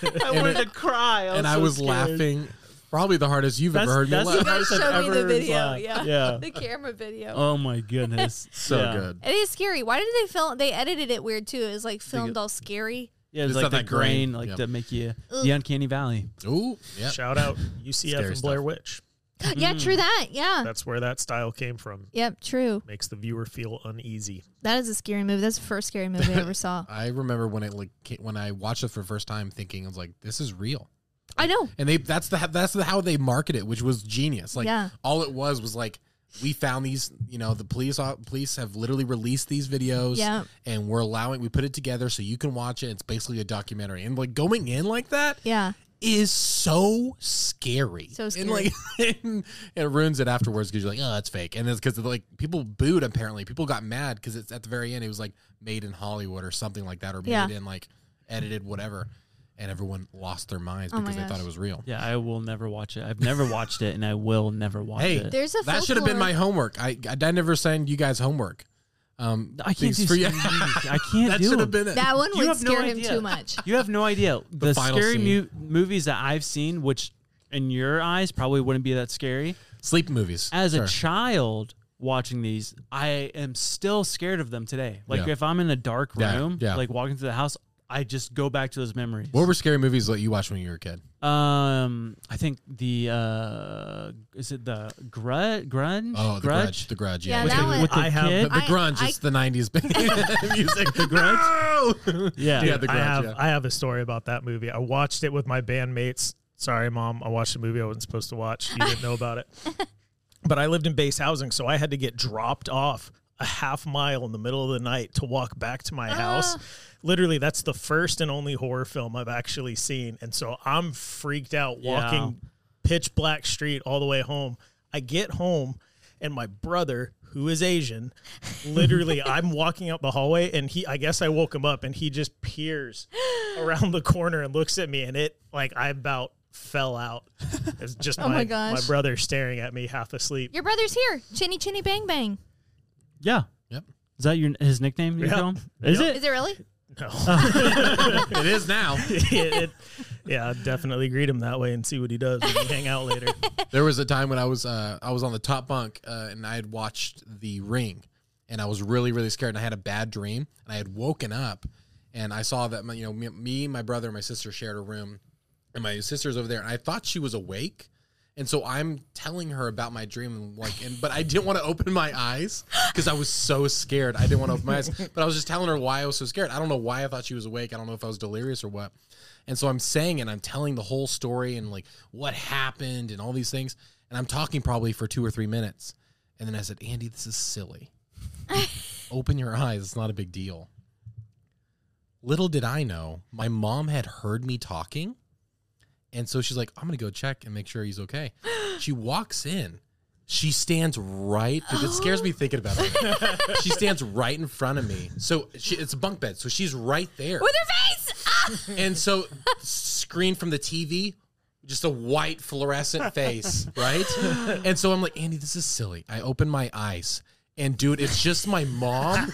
C: I
B: And
C: wanted
B: it-
C: to cry. I was
B: and I
C: so
B: was
C: scared.
B: laughing. Probably the hardest you've
C: That's,
B: ever heard me
C: that's the
B: laugh.
C: hardest I've
J: Show me
C: ever
J: the video.
C: laughed.
J: Yeah.
C: yeah.
J: The camera video.
C: Oh my goodness.
B: So
C: yeah.
B: good.
J: It is scary. Why did they film? They edited it weird too. It was like filmed all scary.
C: Yeah, it's
B: It's
C: like
B: not
C: the
B: that grain.
C: grain, like
B: Yeah.
C: to make you the uncanny valley.
B: Ooh, yeah.
G: shout out ucf
B: Scary
G: and blair
B: stuff.
G: witch
A: yeah,
C: Mm.
A: true that. Yeah.
G: that's where that style came from
A: Yep, true.
G: makes the viewer feel uneasy
A: That is a scary movie. That's the first scary movie I ever saw.
B: I remember when it like ca- when I watched it for the first time, thinking I was like, this is real.
A: I know.
B: and they that's the that's the, how they market it, which was genius. Like
A: Yeah.
B: all it was was like we found these, you know, the police police have literally released these videos,
A: Yeah.
B: and we're allowing we put it together so you can watch it. It's basically a documentary, and like going in like that is
A: Yeah.
B: so scary.
A: So
B: and like and it ruins it afterwards because you're like, oh, that's fake, and it's because like people booed. Apparently, people got mad because it's at the very end. It was like made in Hollywood or something like that, or made
A: Yeah.
B: in like edited whatever. And everyone lost their minds
A: Oh my
B: because they thought
A: gosh.
B: it was real.
C: Yeah, I will never watch it. I've never watched it, and I will never watch
B: Hey,
C: it.
A: There's a
B: that should have been my
A: folklore-
B: homework. I, I I never send you guys homework. Um,
C: I can't
B: things
C: do.
B: for you.
C: scary movies. I can't
B: that
C: do
B: should have
C: them.
B: been it.
A: That one
C: You
A: would
C: have no
A: scare him
C: idea.
A: too much.
C: You have no idea the,
B: final
C: scary mu-
B: scene.
C: movies that I've seen, which in your eyes probably wouldn't be that scary.
B: Sleep movies.
C: as
B: Sure.
C: a child watching these, I am still scared of them today. Like
B: Yeah.
C: if I'm in a dark
B: Yeah,
C: room,
B: yeah.
C: like walking through the house, I just go back to those memories.
B: What were scary movies that you watched when you were a kid?
C: Um, I think the uh, is it the grud grunge?
B: Oh, The Grudge. The Grudge, yeah. Yeah,
C: with
B: that
C: the,
B: one-
C: with the
G: I have-
C: kid.
B: The, the
A: I-
B: grunge
A: I-
B: is the '90s band music. The
C: Grudge? yeah,
B: yeah, the grunge.
G: I have
B: yeah.
G: I have a story about that movie. I watched it with my bandmates. Sorry, mom, I watched a movie I wasn't supposed to watch. You didn't know about it. But I lived in base housing, so I had to get dropped off a half mile in the middle of the night to walk back to my house. Literally, that's the first and only horror film I've actually seen. And so I'm freaked out walking pitch black street all the way home. I get home and my brother, who is Asian, literally I'm walking out the hallway and he I guess I woke him up and he just peers around the corner and looks at me and it like I about fell out. It's just
A: Oh
G: my,
A: my gosh.
G: my brother staring at me half asleep.
A: Your brother's here. Chinny chinny bang bang.
C: yeah.
B: Yep.
C: Is that your his nickname? You
G: Yeah.
C: call him? Is
A: Is it really?
B: it is now.
G: It- it- yeah, I'd definitely greet him that way and see what he does when we hang out later.
B: There was a time when I was uh, I was on the top bunk uh, and I had watched The Ring, and I was really really scared and I had a bad dream and I had woken up, and I saw that my, you know me, me my brother and my sister shared a room, and my sister's over there and I thought she was awake, and so I'm telling her about my dream and like and but I didn't want to open my eyes because I was so scared I didn't want to open my eyes but I was just telling her why I was so scared I don't know why I thought she was awake I don't know if I was delirious or what. And so I'm saying it, and I'm telling the whole story and like what happened and all these things. And I'm talking probably for two or three minutes. And then I said, Andy, this is silly. Open your eyes. It's not a big deal. Little did I know, my mom had heard me talking. And so she's like, I'm going to go check and make sure he's okay. She walks in. She stands right. Dude, it scares me thinking about it. she stands right in front of me. So she, it's a bunk bed. So she's right there.
A: With her face. Ah!
B: And so, screen from the TV, just a white fluorescent face, right? And so I'm like, Andy, this is silly. I open my eyes. And dude, it's just my mom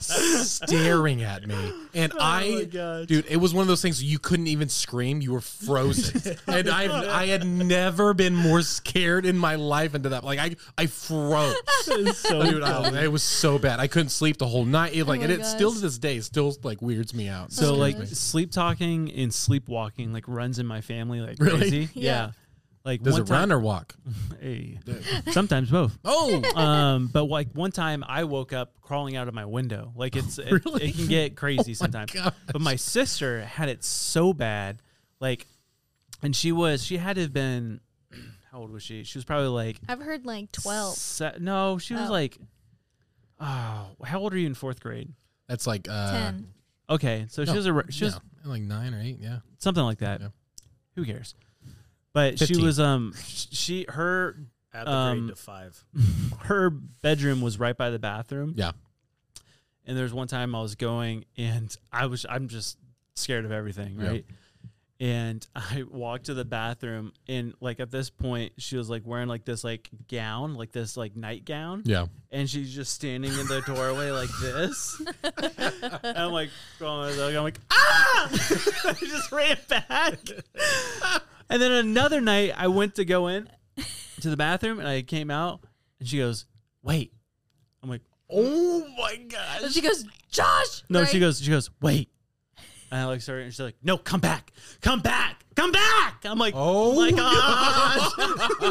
B: staring at me, and
A: Oh
B: I, dude, it was one of those things you couldn't even scream; you were frozen. and I, I had never been more scared in my life into that. Like I, I froze. dude, I- it was so bad. I couldn't sleep the whole night. It, like,
A: Oh my
B: and it
A: gosh.
B: still to this day still like weirds me out.
C: So
B: Scares
C: like
B: me.
C: sleep talking and sleepwalking like runs in my family like
B: Really?
C: crazy.
A: Yeah.
C: Like
B: Does
C: one
B: it
C: time,
B: run or walk?
C: Hey. sometimes both.
B: Oh,
C: um, but like one time I woke up crawling out of my window. Like it's it- it, can get crazy sometimes.
B: Oh gosh.
C: But my sister had it so bad, like, and she was she had to have been how old was she? She was probably like
A: I've heard like twelve.
C: se- no, she was
A: Oh.
C: like, oh, how old are you in fourth grade?
B: that's like uh,
A: Ten.
C: Okay, so she was a re- she was
B: no, like nine or eight. Yeah,
C: something like that.
B: Yeah.
C: Who cares? But she
B: 15.
C: was um sh- she her
G: Add
C: the grade Um, to
G: five.
C: her bedroom was right by the bathroom.
B: yeah.
C: And there's one time I was going and I was I'm just scared of everything,
B: Yeah.
C: right? And I walked to the bathroom and like at this point she was like wearing like this like gown, like this like nightgown.
B: Yeah.
C: And she's just standing in the doorway like this. and I'm like, throwing my leg, I'm like, ah! I just ran back. and then another night, I went to go in to the bathroom, and I came out, and she goes, "Wait." I'm like,
B: Oh my gosh.
A: And she goes, Josh.
C: "No." She
A: right?
C: goes, "She goes, wait." And I like started, and she's like, "No, come back, come back, come back." I'm like,
B: Oh
C: my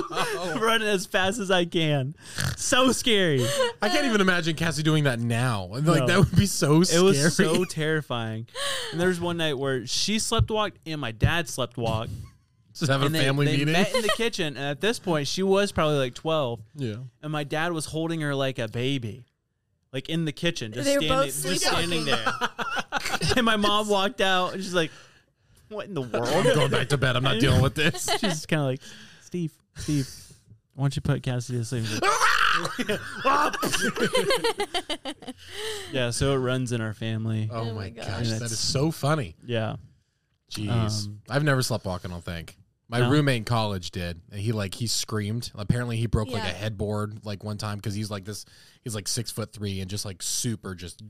C: gosh!" Running as fast as I can, so scary.
B: I can't even imagine Cassie doing that now. Like
C: No.
B: that would be so
C: It
B: scary.
C: was so terrifying. And there was one night where she slept walked and my dad slept walked.
B: just having
C: and
B: a
C: they,
B: family
C: they
B: meeting.
C: met in the kitchen. And at this point, she was probably like 12.
B: yeah.
C: And my dad was holding her like a baby, like in the kitchen, just,
A: They were
C: standing,
A: both
C: just standing there. and my mom walked out and she's like, What in the world?
B: I'm going back to bed. I'm not dealing with this. Oh
C: she's just kind of like, Steve, Steve, why don't you put Cassidy to sleep? He's like, yeah, so it runs in our family.
B: Oh, my gosh, that
C: That's-
B: is so funny.
C: Yeah.
B: Jeez,
C: Um,
B: I've never slept walking. I don't think my
C: No?
B: roommate in college did. And he like he screamed. Apparently, he broke like a
A: Yeah.
B: headboard like one time because he's like this. He's like six foot three and just like super just.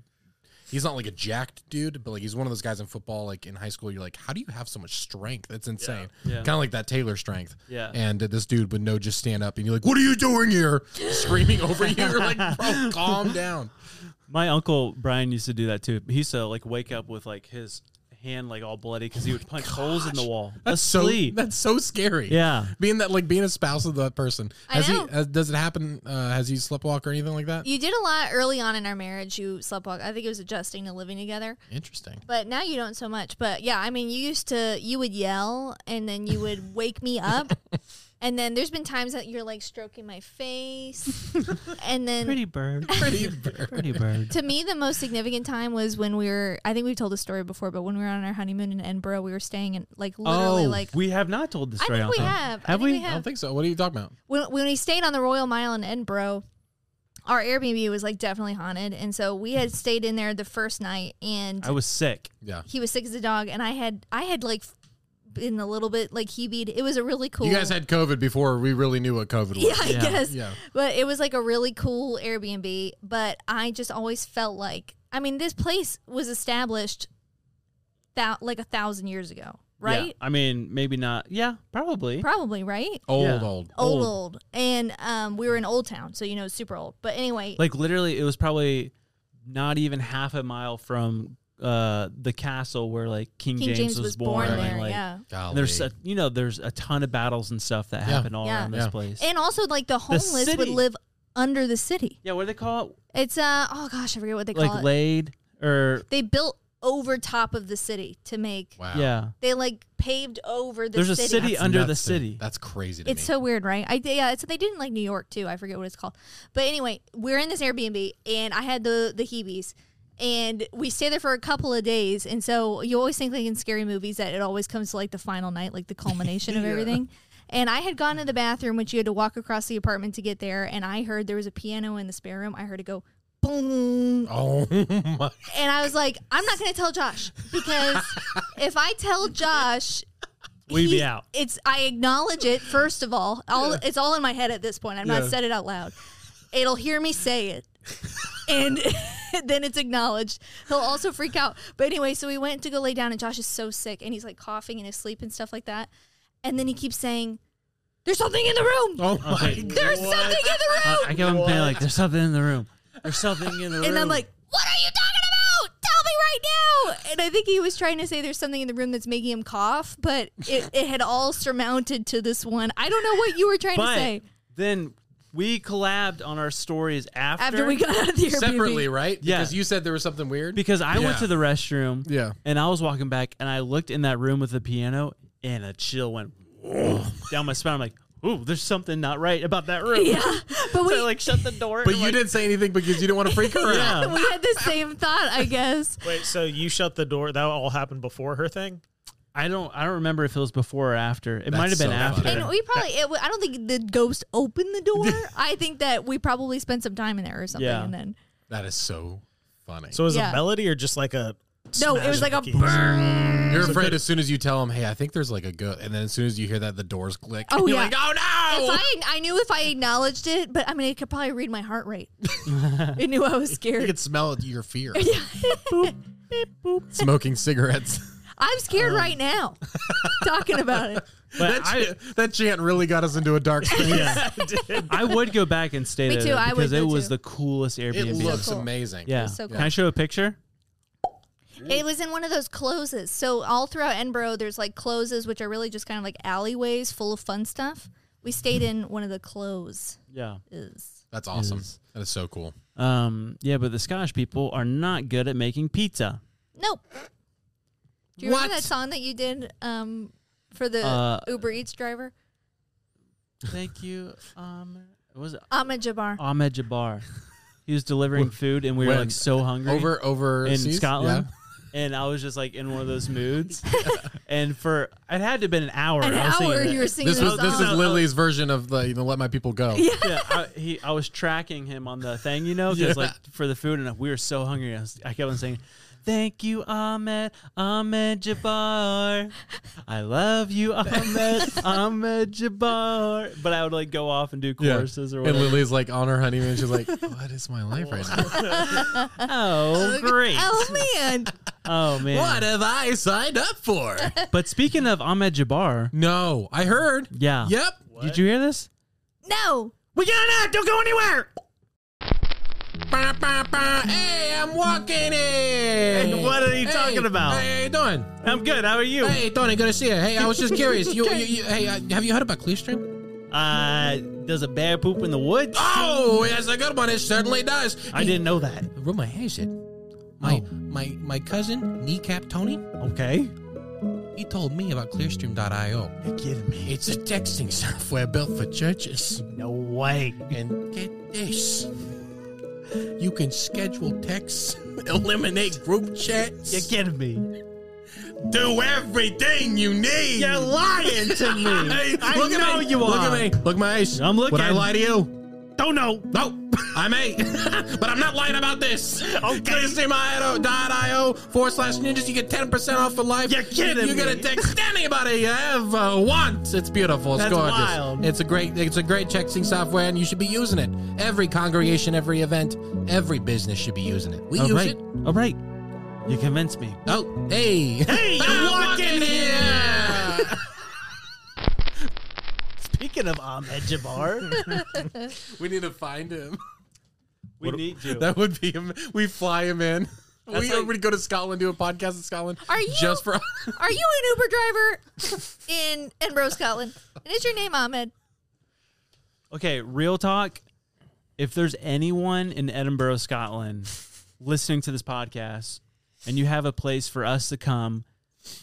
B: He's not like a jacked dude, but like he's one of those guys in football. Like in high school, you're like, how do you have so much strength? That's insane.
C: yeah.
B: Kind of like that Taylor strength.
C: Yeah.
B: And uh, this dude would know just stand up and you're like, what are you doing here? Screaming over you. You're like, bro, calm down.
C: My uncle Brian used to do that too. He used to like wake up with like his hand like all bloody because he would punch holes in the wall.
B: That's
C: Asleep.
B: so that's so scary.
C: Yeah.
B: being that like being a spouse of that person.
A: I
B: Has
A: know.
B: he? Has, does it happen? Uh, has he sleptwalk or anything like that?
A: You did a lot early on in our marriage. You sleptwalk. I think it was adjusting to living together.
B: Interesting.
A: But now you don't so much. But yeah, I mean, you used to, you would yell and then you would wake me up. And then there's been times that you're like stroking my face. and then
E: Pretty bird.
B: Pretty bird.
E: Pretty bird.
A: to me, the most significant time was when we were, I think we've told the story before, but when we were on our honeymoon in Edinburgh, we were staying in like literally
C: oh,
A: like,
C: we have not told this
A: I
C: story.
A: think
C: on
A: we
C: film.
A: have. I
C: Have
A: think
C: we?
A: we
B: I
A: have.
B: don't think so. What are you talking about?
A: when, when we stayed on the Royal Mile in Edinburgh, our Airbnb was like definitely haunted, and so we had stayed in there the first night, and
C: I was sick.
B: Yeah.
A: he was sick as a dog, and I had I had like been a little bit like he beat. It was a really cool.
B: You guys had COVID before we really knew what COVID was.
A: yeah, I
C: Yeah.
A: guess,
B: Yeah.
A: but it was like a really cool Airbnb. But I just always felt like I mean this place was established that like a thousand years ago, right?
C: Yeah. I mean, maybe not. Yeah, probably.
A: Probably right.
B: Old,
C: Yeah.
B: old.
A: Old,
C: Old.
A: old, and um, we were in Old Town, so you know, it's super old. But anyway,
C: like literally, it was probably not even half a mile from uh the castle where like King,
A: King James, was, born,
C: and,
A: there,
C: like,
A: yeah.
B: Golly.
C: and there's a, you know there's a ton of battles and stuff that
B: Yeah.
C: happened all
A: Yeah.
C: around this
B: Yeah.
C: place.
A: And also, like the homeless would
C: city.
A: live under the city.
C: yeah, what do they call it?
A: It's uh oh gosh, I forget what they call
C: like
A: it.
C: laid or
A: they built over top of the city to make.
B: wow.
C: yeah.
A: They like paved over the
C: There's a
A: city.
C: city
B: That's
C: under
B: nuts
C: the
B: to-
C: city.
B: That's crazy to
A: It's
B: me.
A: so weird, right? I yeah, it's they did in like New York too. I forget what it's called. But anyway, we're in this Airbnb and I had the the heebies. And we stay there for a couple of days, and so you always think like in scary movies that it always comes to like the final night, like the culmination of everything. And I had gone to the bathroom, which you had to walk across the apartment to get there. And I heard there was a piano in the spare room. I heard it go boom,
B: oh my.
A: and I was like, I'm not going to tell Josh because if I tell Josh,
C: We'd be
A: he-
C: out.
A: It's I acknowledge it first of all. All it's all in my head at this point. I'm
B: Yeah.
A: not said it out loud. It'll hear me say it, and then it's acknowledged. He'll also freak out. But anyway, so we went to go lay down, and Josh is so sick, and he's like coughing in his sleep and stuff like that. And then he keeps saying, "There's something in the room.
B: Oh my.
C: Okay.
A: There's something in the room."
C: "Uh, I go and being like, there's something in the room. There's something in the room.
A: And I'm like, what are you talking about? Tell me right now. And I think he was trying to say there's something in the room that's making him cough, but it, it had all surmounted to this one. I don't know what you were trying
C: but
A: to say
C: then we collabed on our stories after,
A: after we got out of the Airbnb.
B: Separately, right?
C: Yeah.
B: Because you said there was something weird.
C: because I
B: Yeah.
C: went to the restroom.
B: Yeah.
C: And I was walking back and I looked in that room with the piano and a chill went down my spine. I'm like, ooh, there's something not right about that room.
A: Yeah, but
C: So
A: we,
C: I like shut the door.
B: but
C: and,
B: you
C: like,
B: didn't say anything because you didn't want to freak her out.
C: Yeah.
A: we had the same thought, I guess.
G: Wait, so you shut the door? That all happened before her thing?
C: I don't I don't remember if it was before or after. It
B: That's
C: might have been
B: so
C: after.
B: funny.
A: And we probably, it, I don't think the ghost opened the door. I think that we probably spent some time in there or something.
C: Yeah.
A: And then,
B: That is so funny.
G: So it was
A: Yeah.
G: a melody or just like a.
A: no,
G: smash
A: it was
G: of
A: like
G: the
A: a
G: keys?
A: burn.
B: You're afraid as soon as you tell them, "Hey, I think there's like a good," and then as soon as you hear that, the doors click.
A: Oh,
B: You're
A: yeah.
B: like, "Oh no!"
A: If I, I knew if I acknowledged it, but I mean, it could probably read my heart rate. it knew I was
B: you
A: scared.
B: can smell it, your fear. Smoking cigarettes.
A: I'm scared right now. talking about it.
C: But
B: That,
C: I,
B: chant, that chant really got us into a dark space.
C: I would go back and stay
A: Me
C: there
A: too,
C: though,
A: I would
C: because
A: go
C: it was
A: too.
C: the coolest
B: It
C: Airbnb.
B: looks
A: cool.
B: amazing.
C: yeah.
A: so cool.
C: Can I show a picture?
A: It was in one of those closes. So all throughout Edinburgh, there's like closes, which are really just kind of like alleyways full of fun stuff. We stayed in one of the closes.
C: Yeah.
B: that's awesome. That is so cool.
C: Um, yeah, but the Scottish people are not good at making pizza.
A: Nope. Do you remember
B: What?
A: that song that you did um, for the
C: Uh,
A: Uber Eats driver?
C: Thank you. Um, was it
A: Ahmed Jabbar.
C: Ahmed Jabbar? He was delivering food, and we were
B: when-
C: like so hungry
B: Over over
C: in Scotland. And I was just like in one of those moods, and for it had to have been an hour.
A: An
C: I was singing
A: hour
C: that.
A: you were singing
B: This was
A: the
B: this is
A: song.
B: Lily's version of the you know, "Let My People Go." Yeah.
C: yeah, I, he, I was tracking him on the thing, you know, because like for the food, and we were so hungry. I, was, I kept on saying, "Thank you, Ahmed, Ahmed Jabbar. I love you, Ahmed, Ahmed Jabbar." But I would like go off and do choruses or
B: And
C: whatever.
B: Lily's like on her honeymoon. She's like, "What is my life right now?
C: oh, great!
A: Oh man.
C: Oh man!
B: What have I signed up for?"
C: But speaking of Ahmed Jabbar,
B: no, I heard.
C: yeah,
B: Yep.
C: Did you hear this?
A: No.
C: We got out! Don't go anywhere.
B: Ba, ba, ba. Hey, I'm walking in.
C: And what are you
B: Hey,
C: talking about?
B: How you doing?
C: I'm good. How are you?
B: Hey, Tony, good to see you. Hey, I was just curious. You, you, you hey, uh, have you heard about Clearstream?
C: Uh, does a bear poop in the woods?
B: Oh, that's a good one. It certainly does.
C: I didn't know that.
B: Rumor has it, my my my cousin kneecap Tony,
C: Okay.
B: he told me about Clearstream.io.
C: You're kidding me.
B: It's a texting software built for churches.
C: No way.
B: And get this, you can schedule texts, eliminate group
C: You're
B: chats,
C: kidding me.
B: do everything you need.
C: You're lying to me.
B: Hey,
C: I
B: look
C: know
B: at me.
C: you
B: Look
C: are.
B: at me. Look at my ace.
C: I'm looking.
B: Would I lie to you?
C: Don't know.
B: No, I may, but I'm not lying about this. Okay. Clearstream.io forward slash ninjas. You get 10% off for life.
C: You're kidding
B: You
C: me.
B: get to text anybody you ever want. It's beautiful. It's
C: That's
B: gorgeous.
C: wild.
B: It's a great it's a great texting software and you should be using it. Every congregation, every event, every business should be using it. We
C: All
B: use
C: Oh, right.
B: it.
C: All right. You convinced me.
B: Oh, hey.
C: Hey,
B: I'm
C: you walk in
B: here.
C: Speaking of Ahmed Jabbar,
B: we need to find him.
C: we need you.
B: That would be him. We fly him in. we
C: like-
B: would go to Scotland, do a podcast in Scotland.
A: Are you-
B: just for?
A: Are you an Uber driver in Edinburgh, Scotland? And is your name Ahmed?
C: Okay, real talk. If there's anyone in Edinburgh, Scotland, listening to this podcast, and you have a place for us to come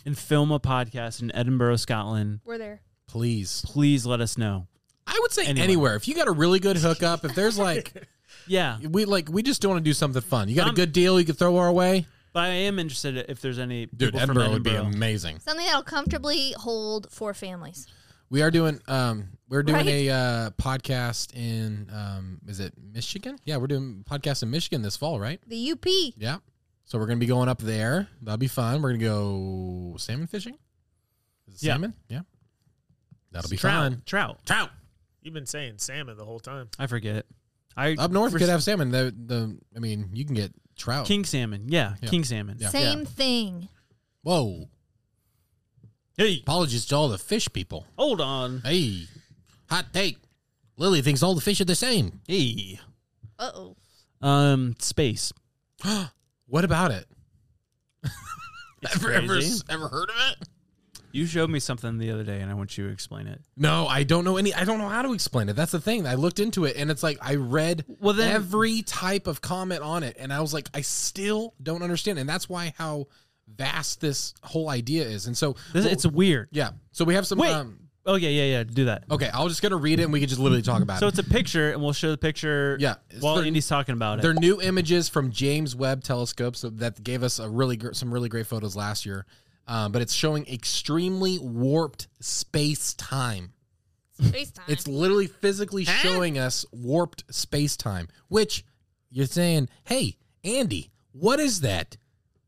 C: and film a podcast in Edinburgh, Scotland,
A: We're there.
B: Please,
C: please let us know.
B: I would say
C: Anywhere.
B: anywhere. If you got a really good hookup, if there's like
C: Yeah,
B: we like we just want to do something fun. You got
C: I'm-
B: a good deal you can throw our way,
C: but I am interested if there's any
B: dude.
C: people
B: Edinburgh
C: from
B: would be
C: Edinburgh.
B: amazing.
A: Something that'll comfortably hold four families.
B: We are doing um we're doing
A: Right?
B: a uh, podcast in um is it Michigan? Yeah, we're doing a podcast in Michigan this fall, right?
A: The UP.
B: Yeah. So we're gonna be going up there. That'll be fun. We're gonna go salmon fishing. Is it
C: Yeah.
B: Salmon? Yeah. That'll be
C: trout,
B: fun.
C: trout.
B: Trout.
G: You've been saying salmon the whole time.
C: I forget. I
B: Up north
C: for
B: we could have salmon. The the I mean, you can get trout.
C: king salmon. Yeah, king salmon. Yeah.
A: Same thing.
B: Whoa.
C: Hey,
B: Apologies to all the fish people.
C: hold on.
B: Hey. Hot take. Lily thinks all the fish are the same.
C: Hey,
A: Uh oh.
C: um, space.
B: What about it?
C: It's
B: Ever,
C: crazy.
B: ever heard of it?
C: You showed me something the other day, and I want you to explain it.
B: No, I don't know any. I don't know how to explain it. That's the thing. I looked into it, and it's like I read
C: Well, then-
B: every type of comment on it, and I was like, I still don't understand. And that's why how vast this whole idea is. And so,
C: This, it's weird.
B: yeah. So we have some.
C: Wait.
B: Um,
C: Oh yeah, yeah, yeah. Do that.
B: okay, I'll just gonna read it, and we can just literally talk about
C: So
B: it.
C: it's a picture, and we'll show the picture.
B: Yeah, it's
C: while
B: their-
C: Indy's talking about
B: They're
C: it.
B: new images from James Webb Telescope, so that gave us a really gr- some really great photos last year. Um, but it's showing extremely warped space time.
A: FaceTime.
B: It's literally physically showing us warped space time, which you're saying, hey, Andy, what is that?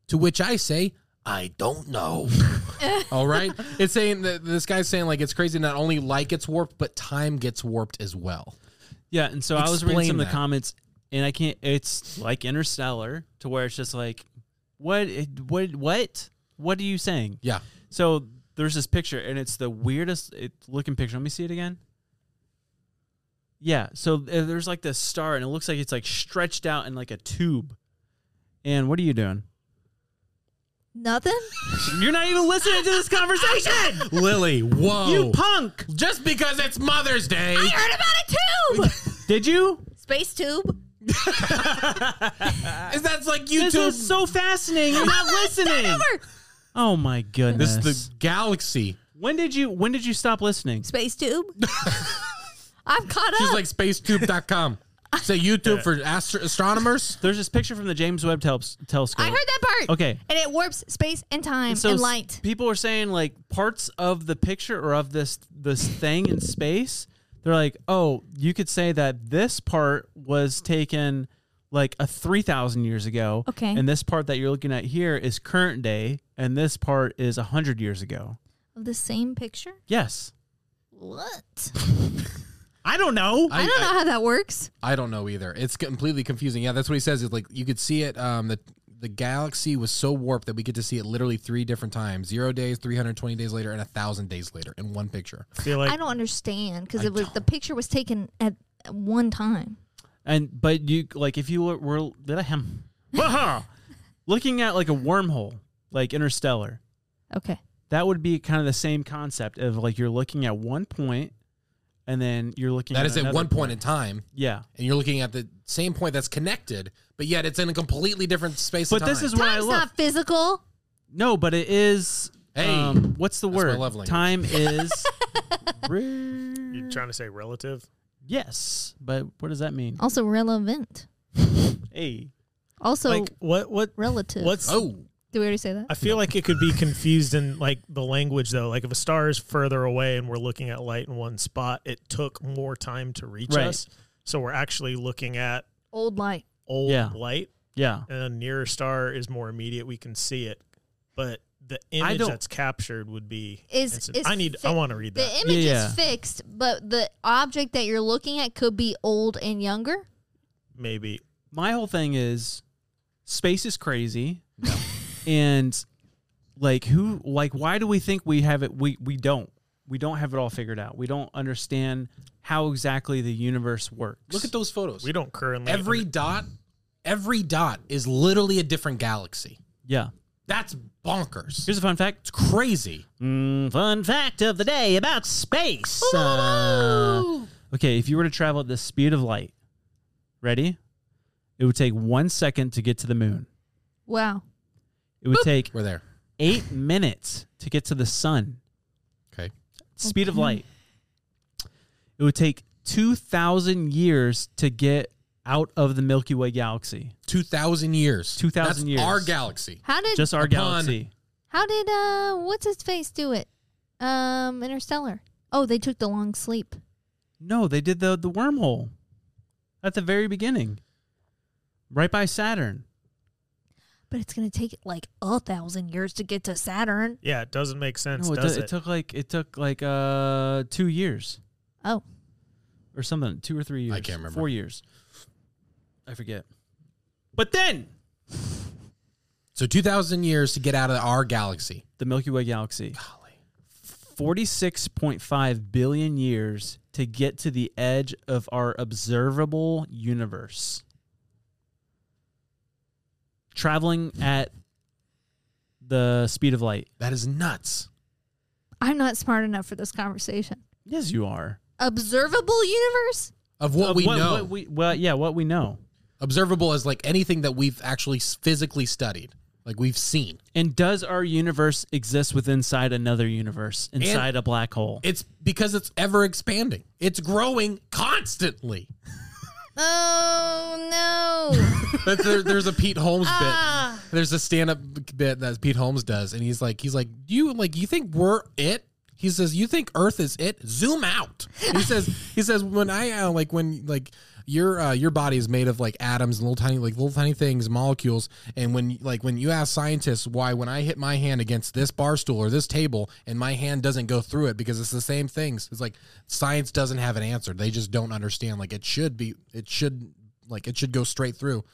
B: To which I say, I don't know. All right. It's saying that this guy's saying, like, it's crazy. Not only light gets warped, but time gets warped as well.
C: Yeah, and so I was reading
B: Explain
C: some of the
B: that.
C: comments, and I can't. It's like Interstellar, to where it's just like, what, what, what, what are you saying?
B: Yeah.
C: So there's this picture, and it's the weirdest it, looking picture. Let me see it again. Yeah. So th- there's like this star, and it looks like it's like stretched out in like a tube. And what are you doing?
A: Nothing?
C: You're not even listening to this conversation,
B: Lily, whoa.
C: you punk.
B: Just because it's Mother's Day.
A: I heard about a tube!
C: Did you?
A: Space tube?
B: Is that's like
C: This
B: YouTube.
C: is so fascinating. You're not listening. Oh my goodness.
B: This is the galaxy.
C: when did you when did you stop listening?
A: Space tube? I'm caught up.
B: She's like spacetube.com. Say YouTube for astro- astronomers.
C: There's this picture from the James Webb tel- telescope.
A: I heard that part.
C: Okay.
A: And it warps space and time
C: And so
A: and
C: s-
A: light.
C: People are saying like parts of the picture or of this this thing in space. They're like, oh, you could say that this part was taken like a three thousand years ago.
A: Okay.
C: And this part that you're looking at here is current day, and this part is hundred years ago.
A: Of the same picture?
C: Yes.
A: What?
C: I don't know.
A: I, don't know how that works.
B: I don't know either. It's completely confusing. Yeah, that's what he says. It's like you could see it. Um, the the galaxy was so warped that we get to see it literally three different times: zero days, three hundred twenty days later, and a thousand days later in one picture.
G: I feel like
A: I don't understand because it was the picture was taken at one time.
C: And but you like if you were, were looking at like a wormhole, like interstellar,
A: Okay.
C: That would be kind of the same concept of like you're looking at one point, and then you're looking.
B: That
C: at
B: is at
C: another
B: one point in time,
C: Yeah,
B: and you're looking at the same point that's connected, but yet it's in a completely different space.
C: but this is what I
A: Time's
C: love.
A: not physical.
C: No, but it is.
B: Hey,
C: um, what's the
B: that's my
C: word?
B: love language.
C: Time is.
G: You're trying to say relative?
C: yes, but what does that
B: Oh,
C: mean?
A: Also relevant.
C: Hey,
A: Also
G: like what? What?
A: relative.
G: What's?
B: oh,
A: Did we already say that?
G: I feel like it could be confused in like the language though. Like if a star is further away and we're looking at light in one spot, it took more time to reach
C: Right.
G: us. So we're actually looking at
A: Old light.
G: old
C: Yeah.
G: light,
C: yeah.
G: and a nearer star is more immediate. We can see it, but the image
C: don't-
G: that's captured would be.
A: Is-
G: instant.
A: is
G: I need. I
A: fi-
G: want to read
A: The
G: that.
A: image
C: yeah.
A: is fixed, but the object that you're looking at could be old and younger.
G: Maybe
C: my whole thing is space is crazy and like who like why do we think we have it we we don't we don't have it all figured out we don't understand how exactly the universe works
B: look at those photos.
G: we don't currently
B: Every dot, every dot is literally a different galaxy.
C: yeah
B: That's bonkers.
C: here's a fun fact
B: It's crazy.
C: Mm, fun fact of the day about space Uh, okay if you were to travel at the speed of light ready it would take one second to get to the moon
A: Wow.
C: it would take
B: We're there.
C: eight minutes to get to the sun
B: Okay.
C: speed of light. It would take 2,000 years to get out of the Milky Way galaxy.
B: Two thousand years.
C: 2,000
B: That's
C: years.
B: Our galaxy.
A: How did
C: Just our
B: Upon-
C: galaxy.
A: how did uh what's his face do it? Um Interstellar. Oh, they took the long sleep.
C: No, they did the, the wormhole at the very beginning, right by Saturn.
A: But it's gonna take like a thousand years to get to Saturn.
G: Yeah, it doesn't make sense,
C: No, it,
G: does
C: t-
G: it?
C: it took like it took like uh two years
A: Oh.
C: or something, two or three years.
B: I can't remember.
C: Four years. I forget. But then
B: So two thousand years to get out of our galaxy.
C: the Milky Way galaxy. 46.5 billion years to get to the edge of our observable universe. Traveling at the speed of light.
B: That is nuts.
A: I'm not smart enough for this conversation.
C: Yes, you are.
A: Observable universe?
B: Of what
C: Uh,
B: we know,
C: What we, well, yeah, what we know.
B: observable is like anything that we've actually s- physically studied, like we've seen.
C: And does our universe exist within inside another universe, inside a black hole?
B: It's because it's ever expanding. It's growing constantly.
A: Oh no.
B: But there, there's a Pete Holmes bit. There's a stand-up bit that Pete Holmes does, and he's like, he's like, you like, you think we're it? He says, you think Earth is it? Zoom out. He says, he says, when I uh, like when like your uh, your body is made of like atoms and little tiny like little tiny things, molecules, and when like when you ask scientists why when I hit my hand against this bar stool or this table and my hand doesn't go through it because it's the same things. It's like science doesn't have an answer. They just don't understand. Like it should be, it should like it should go straight through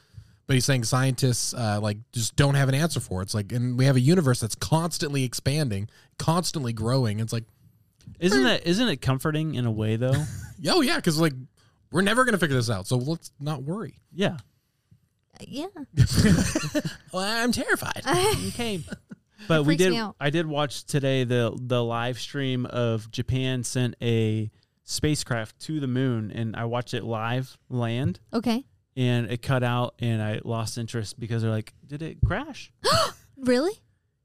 B: but he's saying scientists uh, like just don't have an answer for it. It's like, and we have a universe that's constantly expanding, constantly growing. It's like,
C: Isn't that isn't it comforting in a way though?
B: oh yeah, because like we're never gonna figure this out, so let's not worry.
C: yeah.
A: yeah.
B: Well, I'm terrified.
C: Okay. But we
A: freaks
C: did.
A: me out.
C: I did watch today the the live stream of Japan sent a spacecraft to the moon, and I watched it live land,
A: Okay.
C: and it cut out, and I lost interest because they're like, "Did it crash?"
A: Really?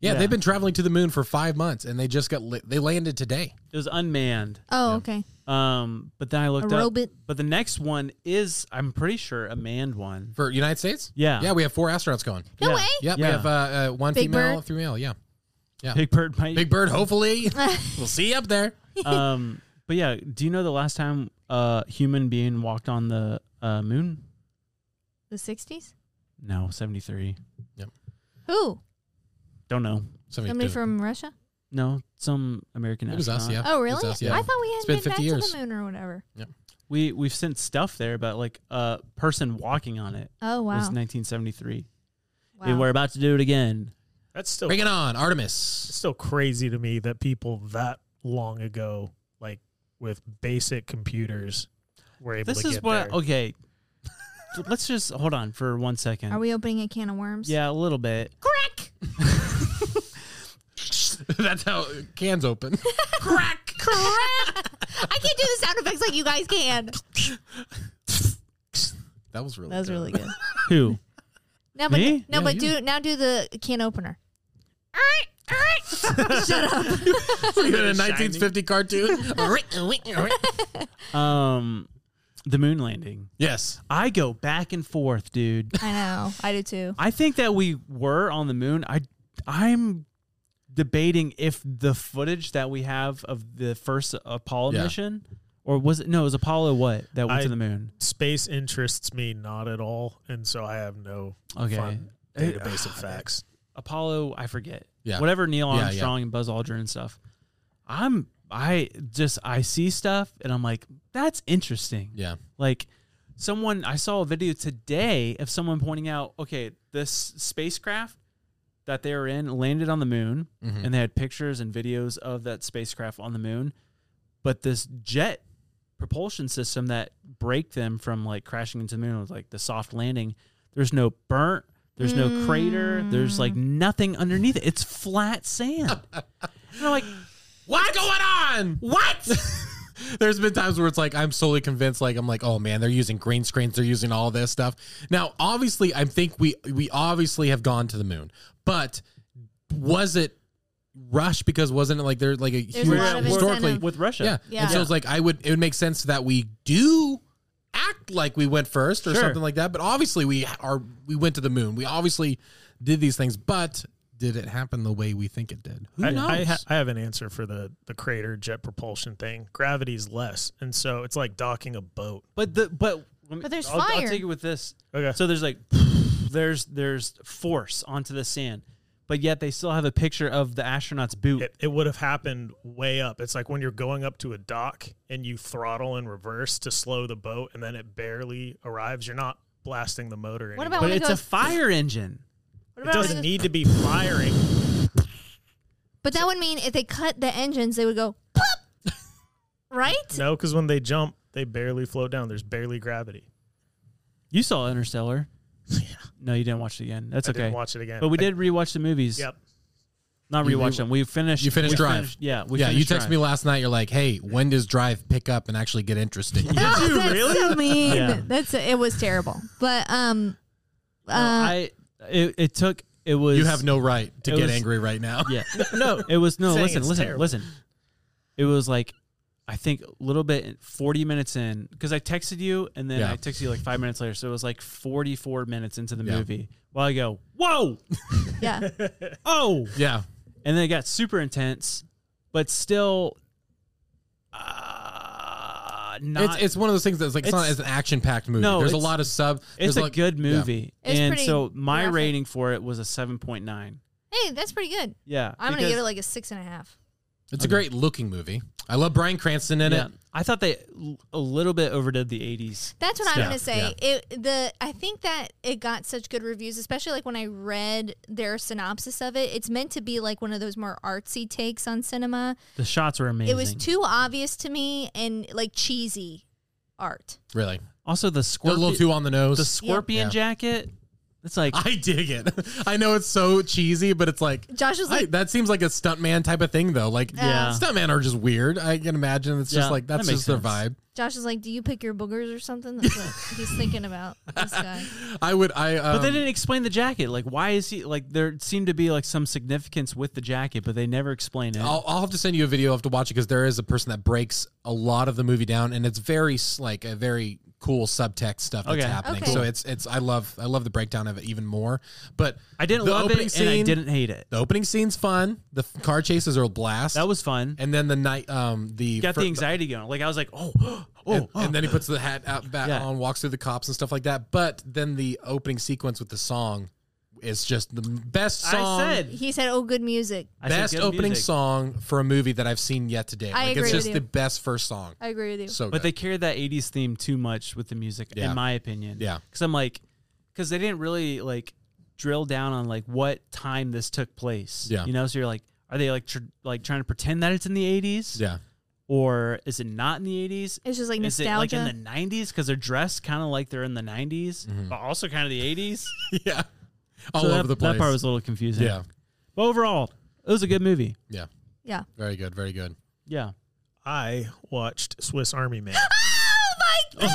B: yeah,
C: Yeah.
B: they've been traveling to the moon for five months, and they just got li- they landed today.
C: It was unmanned.
A: Oh, okay.
C: Um, but then I looked
A: A
C: up.
A: robot.
C: But the next one is, I'm pretty sure, a manned one.
B: For United States,
C: Yeah.
B: yeah, we have four astronauts going.
A: No
C: Yeah.
A: way.
B: Yep, we
C: Yeah.
B: have uh, uh, one
A: Big
B: female,
A: Bird?
B: three male. Yeah,
C: Big Bird might.
B: Big Bird. Hopefully, we'll see you up there.
C: um, but yeah, do you know the last time a human being walked on the uh, moon?
A: The sixties?
C: No, seventy three.
A: Who?
C: Don't know.
A: Somebody from Russia?
C: No, some American.
B: it was us.
C: astronaut.
B: Yeah.
A: Oh
B: It was
A: really?
B: us, yeah.
A: I thought we had
B: It's been
A: been, back
B: 50
A: to
B: years.
A: the moon or whatever.
C: We we've sent stuff there, but like a person walking on it
A: Oh wow.
C: was 1973.
A: wow.
C: And we're about to do it again.
G: that's still
B: Bring it on, Artemis.
G: it's still crazy to me that people that long ago, like with basic computers, were able
C: This
G: to
C: is
G: get
C: what
G: there.
C: okay. Let's just hold on for one second.
A: Are we opening a can of worms?
C: yeah, a little bit.
A: Crack.
B: That's how cans open.
A: Crack. I can't do the sound effects like you guys can.
B: That was really.
A: That was really good.
C: Who?
A: No, but
C: Me?
A: no,
B: Yeah,
A: but
B: you.
A: do now do the can opener.
B: Like in a 1950 cartoon.
C: Um, the moon landing.
B: yes.
C: I go back and forth, dude.
A: I know. I do too.
C: I think that we were on the moon. I I'm debating if the footage that we have of the first Apollo
B: Yeah.
C: mission or was it no, it was Apollo what that went
G: I-
C: to the moon.
G: Space interests me not at all, and so I have no
C: Okay.
G: fun
C: Hey,
G: database of facts.
C: Apollo, I forget.
B: Yeah.
C: Whatever Neil
B: Yeah, yeah.
C: Armstrong and Buzz Aldrin and stuff. I'm I just I see stuff and I'm like, that's interesting.
B: Yeah.
C: Like someone I saw a video today of someone pointing out, okay, this spacecraft that they were in landed on the moon and they had pictures and videos of that spacecraft on the moon, but this jet propulsion system that break them from like crashing into the moon with like the soft landing, there's no burnt there's no crater.
A: Mm.
C: There's like nothing underneath it. It's flat sand. and I'm like,
B: What's going on? What? There's been times where it's like I'm solely convinced, like I'm like, oh man, they're using green screens, they're using all this stuff. Now, obviously, I think we we obviously have gone to the moon, but was it rushed? Because wasn't it like there like a
A: There's a
B: huge
A: lot of
B: historically?
A: incentive.
C: with Russia.
B: Yeah.
A: Yeah.
B: and so it's like I would it would make sense that we do act like we went first or
C: Sure.
B: something like that. But obviously, we are we went to the moon. We obviously did these things, but did it happen the way we think it did? Who
G: I,
B: knows?
G: I, ha- I have an answer for the the crater jet propulsion thing. Gravity's less, and so it's like docking a boat.
C: But the but let me-
A: But there's
C: I'll, I'll
A: fire.
C: take it with this.
G: Okay.
C: So there's like there's there's force onto the sand, but yet they still have a picture of the astronaut's boot.
G: It, it would have happened way up. It's like when you're going up to a dock and you throttle in reverse to slow the boat, and then it barely arrives. You're not blasting the
A: What
G: motor. anymore.
A: about
C: but
A: when it
C: it's a
A: goes?
C: fire engine.
A: what
G: It
A: about when
G: doesn't
A: goes-
G: need to be firing.
A: But that would mean if they cut the engines, they would go pop, right?
G: No, because when they jump, they barely float down. There's barely gravity.
C: You saw Interstellar. Yeah. No, you didn't watch it again. That's
G: I
C: okay.
G: didn't watch it again.
C: But we
G: I-
C: did rewatch the movies.
G: Yep.
C: Not
B: You
C: rewatch
B: re-
C: them. We finished.
B: You finished
C: we
B: Drive.
C: finished- yeah. We
B: yeah, you
C: finished
B: texted me
C: Drive.
B: last night. You're like, "Hey, when does Drive pick up and actually get interesting?"
A: Oh, that's so mean.
C: Yeah.
A: That's it was terrible. But um, uh,
C: No, I it, it took it was
B: you have no right to
C: it
B: get
C: was-
B: angry right now.
C: Yeah. No, it was no.
G: Saying
C: Listen,
G: it's
C: listen,
G: terrible.
C: listen. It was like I think a little bit, forty minutes in, because I texted you and then
B: Yeah.
C: I texted you like five minutes later, so it was like forty-four minutes into the
B: Yeah.
C: movie. While I go, whoa,
A: yeah,
C: oh,
B: Yeah.
C: and then it got super intense, but still, uh, not.
B: it's it's one of those things that's like it's, not
C: It's-
B: as an action packed movie.
C: No,
B: there's a
C: it's-
B: lot of sub.
C: it's
B: there's
C: a
B: like-
C: good
B: yeah.
C: movie,
A: It's
C: and
A: pretty
C: so my
A: graphic.
C: rating for it was a seven point nine.
A: hey, that's pretty good.
C: Yeah,
A: I'm gonna
C: because-
A: give it like a six and a half.
B: It's a great looking movie. I love Brian Cranston in
C: Yeah.
B: it.
C: I thought they l- a little bit overdid the '80s.
A: That's what I'm
B: Yeah,
A: gonna say. It the I think that it got such good reviews, especially like when I read their synopsis of it. It's meant to be like one of those more artsy takes on cinema.
C: The shots were amazing.
A: It was too obvious to me and like cheesy art.
B: Really,
C: Also, the
B: a little
C: scorpion,
B: too on the nose.
C: the scorpion
B: Yeah.
C: jacket. It's like
B: I dig it. I know it's so cheesy, but it's like
A: Josh was
B: I-
A: like,
B: that seems like a stuntman type of thing though. Like
C: Yeah.
B: stuntmen are just weird. I can imagine it's
C: Yeah,
B: just like
C: that
B: that's
C: makes
B: just their
C: sense.
B: vibe.
A: Josh was like, do you pick your boogers or something? That's what he's thinking about. This guy.
B: I would. I. Um,
C: but they didn't explain the jacket. Like, why is he like? There seemed to be like some significance with the jacket, but they never explain it.
B: I'll, I'll have to send you a video. I'll have to watch it because there is a person that breaks a lot of the movie down, and it's very s- like a very cool subtext stuff that's
C: Okay.
B: happening.
A: Okay.
B: So it's it's I love I love the breakdown of it even more. But
C: I didn't
B: the
C: love
B: opening
C: it,
B: scene,
C: and I didn't hate it.
B: The opening scene's fun. The f- car chases are a blast.
C: That was fun.
B: and then the night um the
C: Got
B: fir-
C: the anxiety going. Like, I was like, oh, oh,
B: and,
C: oh.
B: and then he puts the hat out back
C: Yeah.
B: on, walks through the cops and stuff like that. But then the opening sequence with the song is just the best song.
C: I said,
A: He said, "Oh, good music."
C: I said
B: best
C: good
B: opening
C: music.
B: song for a movie that I've seen yet today.
A: I
B: like
A: agree
B: it's
A: with
B: just
A: you.
B: the best first song.
A: I agree with you.
B: So
C: But
B: good.
C: they carried that '80s theme too much with the music,
B: Yeah.
C: in my opinion.
B: Yeah.
C: Because I'm like, because they didn't really like drill down on like what time this took place.
B: Yeah.
C: You know, so you're like, are they like tr- like trying to pretend that it's in the '80s?
B: yeah.
C: or is it not in the 80s?
A: It's just like
C: is
A: nostalgia.
C: it like in the 90s because they're dressed kind of like they're in the 90s, but also kind of the 80s?
B: Yeah. Mm-hmm. All
C: So
B: over
C: that,
B: the place.
C: That part was a little confusing.
B: yeah.
C: But overall, It was a good movie.
B: Yeah.
A: Yeah.
B: Very good. Very good.
C: Yeah.
G: I watched Swiss Army Man.
A: oh my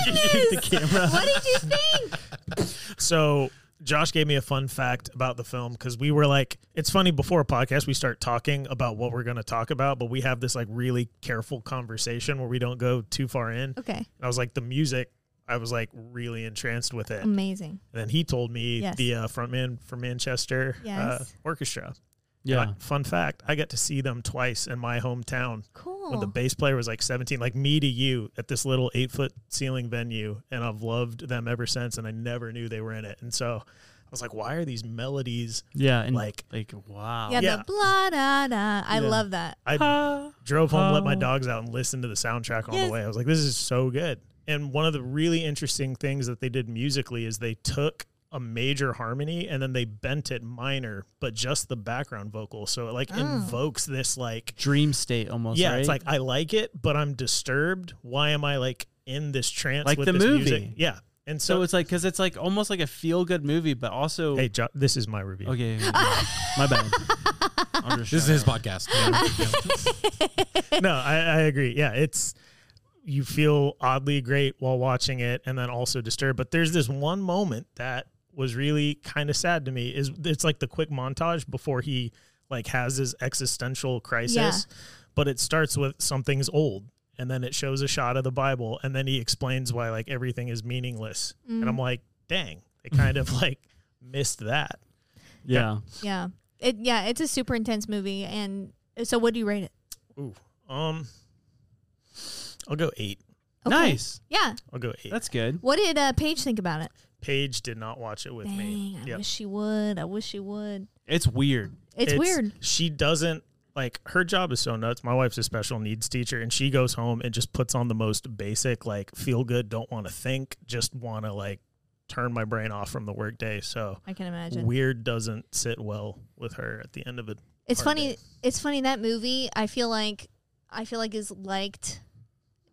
G: the camera.
A: What did you think?
G: So Josh gave me a fun fact about the film because we were like, it's funny before a podcast we start talking about what we're going to talk about, but we have this like really careful conversation where we don't go too far in.
A: Okay.
G: And I was like, the music, I was like really entranced with it.
A: Amazing.
G: And then he told me
A: Um, Yes.
G: the uh, frontman for Manchester uh,
A: Yes.
G: Orchestra.
C: Yeah.
G: And I- fun fact: I got to see them twice in my hometown.
A: Cool.
G: When the bass player was like 17, like me to you, at this little eight foot ceiling venue, and I've loved them ever since. And I never knew they were in it, and so I was like, why are these melodies?
C: Yeah. And
G: Like-
C: like wow.
A: yeah,
G: yeah.
A: the blah da da. I
G: Yeah.
A: love that.
G: I drove home, let my dogs out, and listened to the soundtrack all
A: Yes.
G: the way. I was like, this is so good. And one of the really interesting things that they did musically is they took a major harmony and then they bent it minor, but just the background vocal. So it like invokes this like
C: Dream state almost.
G: yeah,
C: right?
G: it's like I like it, but I'm disturbed. Why am I like in this trance?
C: Like
G: with
C: the
G: this
C: movie.
G: music? yeah. And so,
C: so it's like because it's like almost like a feel good movie, but also
G: hey, jo- this is my review.
C: okay. okay, okay. my bad. I'll just
B: This is
C: shut
B: his
C: up.
B: podcast. Yeah.
G: no, I, I agree. Yeah, it's you feel oddly great while watching it, and then also disturbed. But there's this one moment that was really kind of sad to me. Is it's like the quick montage before he like has his existential crisis,
A: Yeah.
G: but it starts with something's old. And then it shows a shot of the Bible, and then he explains why like everything is meaningless. And
A: Mm.
G: I'm like, dang, they kind of like missed that.
C: Yeah.
A: Yeah. It yeah, it's a super intense movie and so what do you rate it?
G: Ooh, um, I'll go eight.
A: Okay.
C: Nice.
A: Yeah.
G: I'll go eight.
C: That's good.
A: What did uh, Paige think about it?
G: Paige did not watch it with
A: Dang,
G: me.
A: I
G: Yep.
A: wish she would. I wish she would.
C: It's weird.
A: It's, weird.
G: She doesn't like her job is so nuts. My wife's a special needs teacher, and she goes home and just puts on the most basic like feel good, don't want to think, just want to like turn my brain off from the workday. So
A: I can imagine.
G: weird doesn't sit well with her at the end of it.
A: It's
G: hard
A: funny.
G: day.
A: It's funny that movie. I feel like I feel like is liked,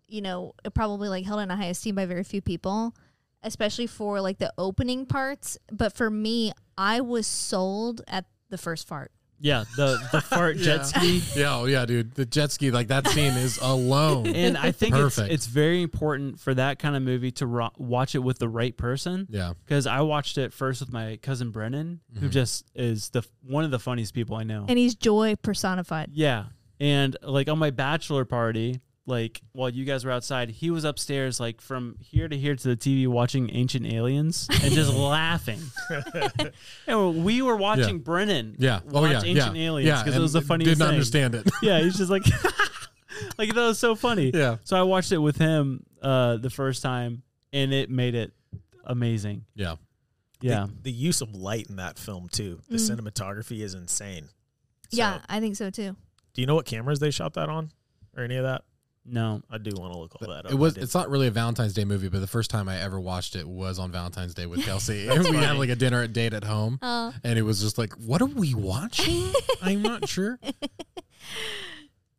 A: you know, probably like held in a high esteem by very few people, especially for like the opening parts. But for me, I was sold at the first fart.
C: Yeah. The the fart
B: Yeah.
C: jet ski.
B: yeah. Oh yeah, dude. The jet ski, like that scene is alone.
C: And I think it's,
B: Perfect.
C: it's very important for that kind of movie to ro- watch it with the right person.
B: Yeah.
C: Because I watched it first with my cousin Brennan,
B: Mm-hmm.
C: who just is the one of the funniest people I know.
A: And he's joy personified.
C: yeah, and like on my bachelor party, like while you guys were outside, he was upstairs, like from here to here to the TV, watching Ancient Aliens and just laughing. and we were watching Brennan.
B: Yeah. Oh
C: watch
B: yeah.
C: Ancient
B: yeah.
C: Aliens
B: Yeah,
C: because it
B: and
C: was the funniest.
B: Didn't
C: thing.
B: understand it.
C: Yeah, he's just like, like that was so funny.
B: Yeah.
C: So I watched it with him uh, the first time, and it made it amazing.
B: yeah.
C: Yeah.
G: The use of light in that film too. The cinematography is insane.
A: Mm. yeah,
G: So,
A: I think so too.
G: Do you know what cameras they shot that on, or any of that?
C: no.
G: I do want to look all that up.
B: It was.
G: I did.
B: It's not really a Valentine's Day movie, but the first time I ever watched it was on Valentine's Day with Kelsey, and we had like a dinner at date at home,
A: Oh.
B: and it was just like, "What are we watching? I'm not sure."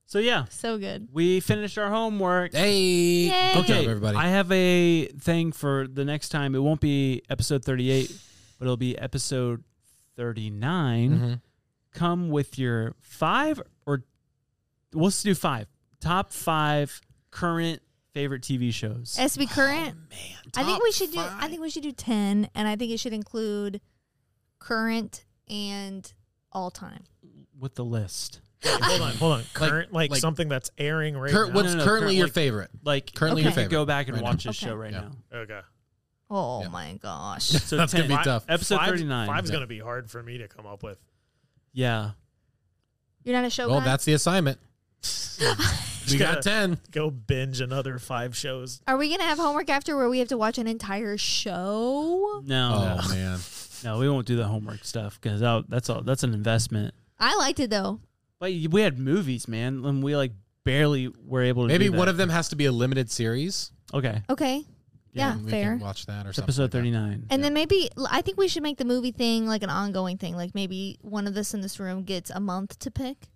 C: So yeah,
A: So good.
C: we finished our homework.
B: Hey,
A: Yay.
B: good
C: Okay,
B: job, everybody.
C: I have a thing for the next time. It won't be episode 38, but it'll be episode 39.
B: Mhm.
C: Come with your five or well, let's do five. Top five current favorite TV shows.
A: It has to be current. I think
B: Top
A: we should do. I
B: five.
A: think we should do ten, and I think it should include current and all time.
C: with the list.
G: Wait, hold on, hold on. Current, like,
B: like-
G: something that's airing right
B: Cur-
G: now.
B: what's
C: No, no, no,
B: currently
C: current-
B: your
C: like-
B: favorite?
C: Like
B: Currently
A: Okay.
B: your favorite.
C: go back and
B: right now.
C: watch this
A: Okay.
C: show right
B: Yeah.
C: now.
G: okay.
A: Oh
B: Yeah.
A: my gosh.
C: So
B: That's
C: 10,
B: gonna be tough.
C: Episode
G: Five-
C: 39.
G: Five's
B: Yeah.
G: gonna be hard for me to come up with.
C: Yeah.
A: You're not a show
B: Well,
A: guy.
B: that's the assignment. we
G: gotta-
B: got ten.
G: Go binge another five shows.
A: Are we gonna have homework after where we have to watch an entire show?
C: No,
B: Oh man,
C: no, no, we won't do the homework stuff because that's all. That's an investment.
A: I liked it though.
C: But y- we had movies, man, and we like barely were able to.
B: maybe
C: do that.
B: one of them has to be a limited series.
C: Okay,
A: Okay. Yeah,
B: and we
A: fair.
B: Can watch that or
C: it's
B: something.
C: episode
B: like
C: thirty nine.
A: And then maybe l- I think we should make the movie thing like an ongoing thing. Like maybe one of us in this room gets a month to pick.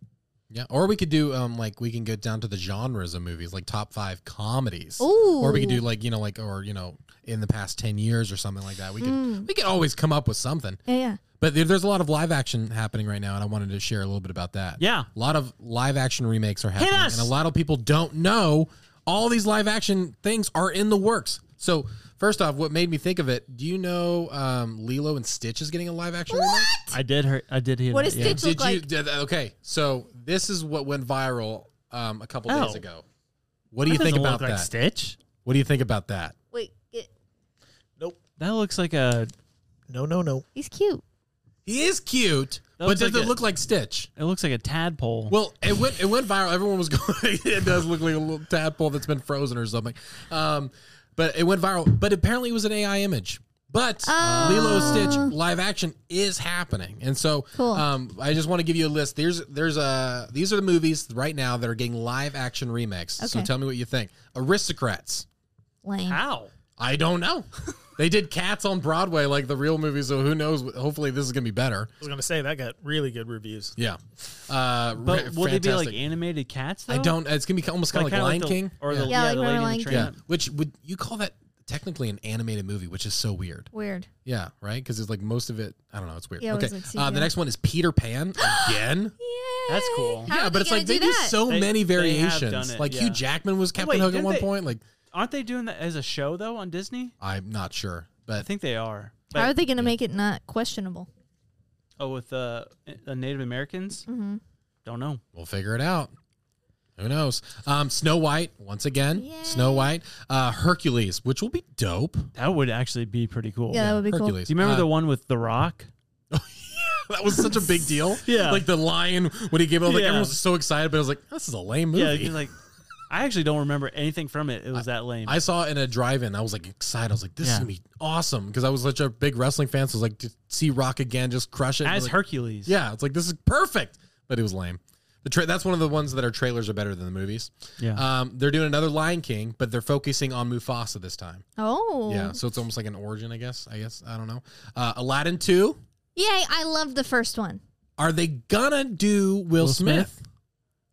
B: that. Yeah, or we could do um like we can go down to the genres of movies, like top five comedies.
A: Ooh.
B: Or we could do like you know like or you know in the past ten years or something like that. We could we could always come up with something.
A: Yeah, yeah.
B: But there- there's a lot of live action happening right now, and I wanted to share a little bit about that.
C: Yeah.
B: a lot of live action remakes are happening,
C: us!
B: and a lot of people don't know all these live action things are in the works. So first off, what made me think of it? Do you know um, Lilo and Stitch is getting a live action remake?
C: I did hear. I did hear.
A: What
C: that,
A: is
C: yeah.
A: Stitch-
B: Did
A: Look
B: you?
A: like-
B: Did, okay, so this is what went viral um, a couple days
G: Oh.
B: ago. What do you think about
C: like
B: that?
C: Stitch?
B: What do you think about that?
A: Wait, it,
C: That looks like a.
G: No, no, no.
A: he's cute.
B: He is cute,
C: That
B: but
C: looks
B: does
C: like
B: it
C: a-
B: look like Stitch?
C: It looks like a tadpole.
B: Well, it went it went viral. Everyone was going. it does look like a little tadpole that's been frozen or something. Um, but it went viral. But apparently, it was an AI image. But Lilo Stitch live action is happening, and so
A: Oh. Cool.
B: um, I just want to give you a list. There's there's a these are the movies right now that are getting live action remakes. So
A: Okay.
B: tell me what you think. Aristocrats.
A: Lame.
C: How?
B: I don't know. they did Cats on Broadway like the real movie, so who knows? Hopefully, this is gonna be better.
G: I was gonna say that got really good reviews.
B: Yeah. Uh,
C: But
B: re-
C: will they be like
B: fantastic.
C: animated cats? Though?
B: I don't. It's gonna be almost kind of like,
C: kinda
B: Lion
C: the-
B: King.
C: or
A: Yeah,
C: the yeah,
A: like
C: the
A: Remember
C: lady in
A: Lion
C: the
A: King.
C: train.
B: Yeah, which would you call that technically an animated movie, which is so weird.
A: Weird.
B: Yeah, right. Because it's like most of it. I don't know. It's weird.
A: Yeah, it
B: okay.
A: was like
B: uh, the
A: CGI.
B: next one is Peter Pan again.
C: That's cool.
A: How
B: yeah,
A: are
B: but
A: they
B: it's like
A: gonna
B: they
A: do
B: do
A: that?
B: so
C: They-
B: many
C: they have done
B: variations.
C: it,
B: like
C: yeah.
B: Hugh Jackman was Captain
C: wait,
B: Hook at
C: didn't
B: one
C: they-
B: point. Like
C: Aren't they doing that as a show though on Disney?
B: I'm not sure,
C: I
B: but
C: think they are.
A: How are
C: But,
A: they going to make it not questionable?
C: oh, with the uh, the Native Americans?
A: Mhm.
C: Don't know.
B: we'll figure it out. Who knows? Um, Snow White once again.
A: Yay.
B: Snow White. Uh, Hercules, which will be dope.
C: That would actually be pretty cool.
A: Yeah, that would be
B: Oh, Hercules.
C: Do you remember
B: Uh,
C: the one with The Rock?
B: That was such a big deal.
C: Yeah.
B: Like the lion when he gave it, like
C: Yeah.
B: everyone was so excited, but I was like, this is a lame movie.
C: Yeah, you're like I actually don't remember anything from it. It was that lame.
B: I saw it in a drive-in. I was like excited. I was like, "This is
C: Yeah.
B: gonna be awesome" because I was such a big wrestling fan. So I was like, to see Rock again, just crush it.
C: as
B: Like,
C: Hercules.
B: yeah, it's like this is perfect, but it was lame. The tra- that's one of the ones that our trailers are better than the movies.
C: Yeah.
B: Um, they're doing another Lion King, but they're focusing on Mufasa this time.
A: Oh.
B: Yeah, so it's almost like an origin, I guess. I guess I don't know. Uh, Aladdin two.
A: Yay, I loved the first one.
B: Are they gonna do Will, Smith?
C: Smith?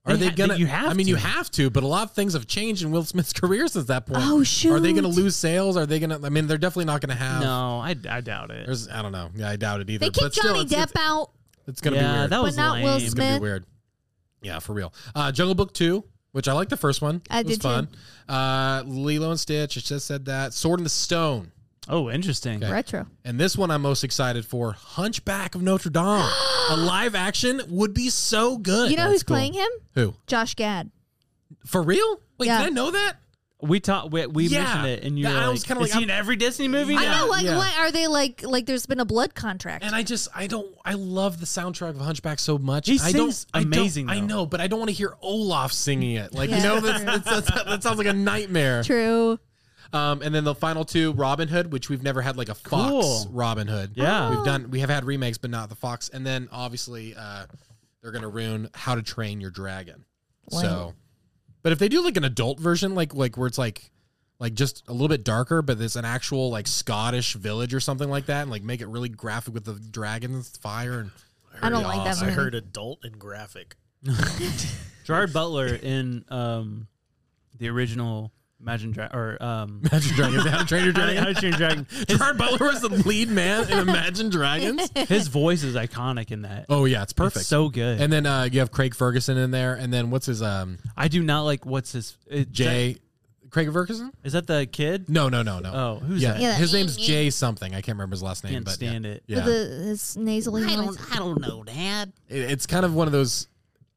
B: Are
C: They
B: they,
C: ha-
B: gonna?
C: you have
B: I mean,
C: to.
B: you have to, but a lot of things have changed in Will Smith's career since that point.
A: Oh,
B: Are they gonna
A: shoot.
B: lose sales? Are they gonna? I mean, they're definitely not gonna have.
C: No, I, I doubt it.
B: There's, I don't know. Yeah, I doubt it either.
A: They
B: but
A: kicked
B: still,
A: Johnny
B: it's,
A: Depp
B: it's-
A: out,
B: It's gonna
C: yeah,
B: be weird.
C: that was
A: but not
C: lame.
A: Will
B: it's gonna
A: Smith.
B: be weird. Yeah, for real. Uh, Jungle Book Two, which I like the first one.
A: I
B: it was
A: did too.
B: fun. Uh, Lilo and Stitch. I just said that. Sword in the Stone.
C: Oh, interesting.
B: Okay.
A: Retro.
B: And this one I'm most excited for. Hunchback of Notre Dame. a live action would be so good.
A: You know who's playing him?
B: Who?
A: Josh Gad.
B: For real? Wait,
A: Yeah.
B: did I know that?
C: We talked. We, we
B: Yeah.
C: mentioned it, and you
B: That-
C: were
B: I
C: like,
B: was kinda
C: "Is
B: like,
C: he
B: I'm-
C: in every Disney movie?"
A: I know, like,
B: yeah.
A: what are they like? Like, there's been a blood contract.
B: And I just, I don't, I love the soundtrack of Hunchback so much.
C: He
B: I don't,
C: sings
B: I don't-
C: amazing,
B: I
C: though.
B: know, but I don't want to hear Olaf singing it. Like, you
A: Yeah.
B: know, that's, that's, that's, that sounds like a nightmare.
A: True.
B: Um, and then the final two, Robin Hood, which we've never had like a Fox
C: Cool.
B: Robin Hood.
C: Yeah.
B: We've done, we have had remakes, but not the Fox. And then obviously, uh, they're going to ruin How to Train Your Dragon. So,
A: Wow.
B: but if they do like an adult version, like, like where it's like, like just a little bit darker, but it's an actual like Scottish village or something like that, and like make it really graphic with the dragons, fire, and
A: I don't like that
G: I
A: movie.
G: heard adult and graphic.
C: Gerard Butler in um, the original Imagine Dra- or um,
B: Imagine Dragons, How to Train Your
C: How to- How to
B: Dragon.
C: Train Your Dragon. His,
B: Gerard Butler was the lead man in Imagine Dragons.
C: his voice is iconic in that.
B: Oh yeah, it's perfect.
C: It's so good.
B: and then uh, you have Craig Ferguson in there, and then what's his um
C: I do not like what's his it,
B: Jay Craig Ferguson?
C: Is that the kid?
B: No, no, no, no.
C: Oh, who's
B: yeah,
C: that?
A: Yeah,
B: his
A: that-
B: name's Jay something. I can't remember his last name,
C: Can't
B: but
C: stand
B: yeah.
C: it.
B: Yeah,
A: The, his nasally noise.
K: I don't know, Dad.
B: It- it's kind of one of those.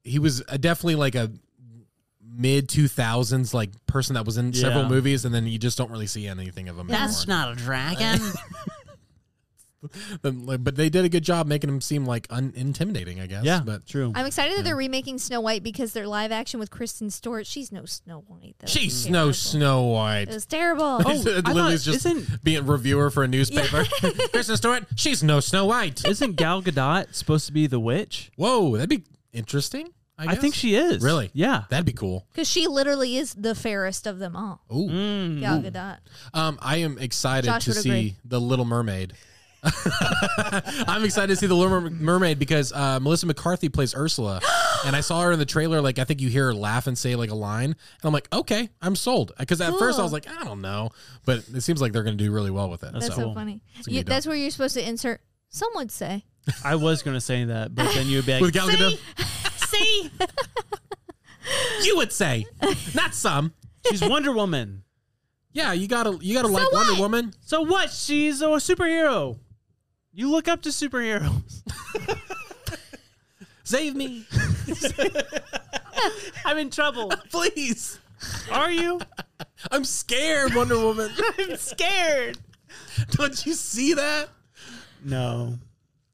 B: He was uh, definitely like a mid two thousands like person that was in several
C: Yeah.
B: movies, and then you just don't really see anything of him.
K: That's
B: anymore.
K: not a dragon.
B: But, like, but they did a good job making him seem like unintimidating, I guess.
C: Yeah,
B: but
C: true.
A: I'm excited that they're remaking Snow White because they're live action with Kristen Stewart. She's no Snow White. Though.
B: she's no Snow White.
A: It was terrible.
B: Lily's
C: Oh, thought-
B: just
C: isn't-
B: being a reviewer for a newspaper. Kristen Stewart, she's no Snow White.
C: Isn't Gal Gadot supposed to be the witch?
B: Whoa, that'd be interesting. I,
C: I,
B: guess.
C: think she is.
B: Really?
C: Yeah.
B: That'd be cool.
A: Because Oh, she literally is the fairest of them all.
B: Ooh.
C: Mm.
A: Gal Gadot.
B: Um, I am excited
A: Josh
B: to
A: would
B: see
A: agree.
B: The Little Mermaid. I'm excited to see The Little Mer- Mermaid because uh, Melissa McCarthy plays Ursula. And I saw her in the trailer. Like, I think you hear her laugh and say, like, a line. And I'm like, okay, I'm sold. Because at first I was like, I don't know. But it seems like they're going to do really well with it.
A: That's so,
B: so,
A: funny.
B: gonna be
A: You, that's where you're supposed to insert. Some would say
C: I was going to say that, but then you'd be like,
B: With Gal Gadot?
A: See,
B: You would say, not some.
C: she's Wonder Woman.
B: Yeah, you gotta you gotta like
A: what?
B: Wonder Woman.
C: So what? She's a superhero. You look up to superheroes.
B: Save me,
C: I'm in trouble.
B: please.
C: Are you?
B: I'm scared, Wonder Woman.
C: I'm scared.
B: Don't you see that?
C: No.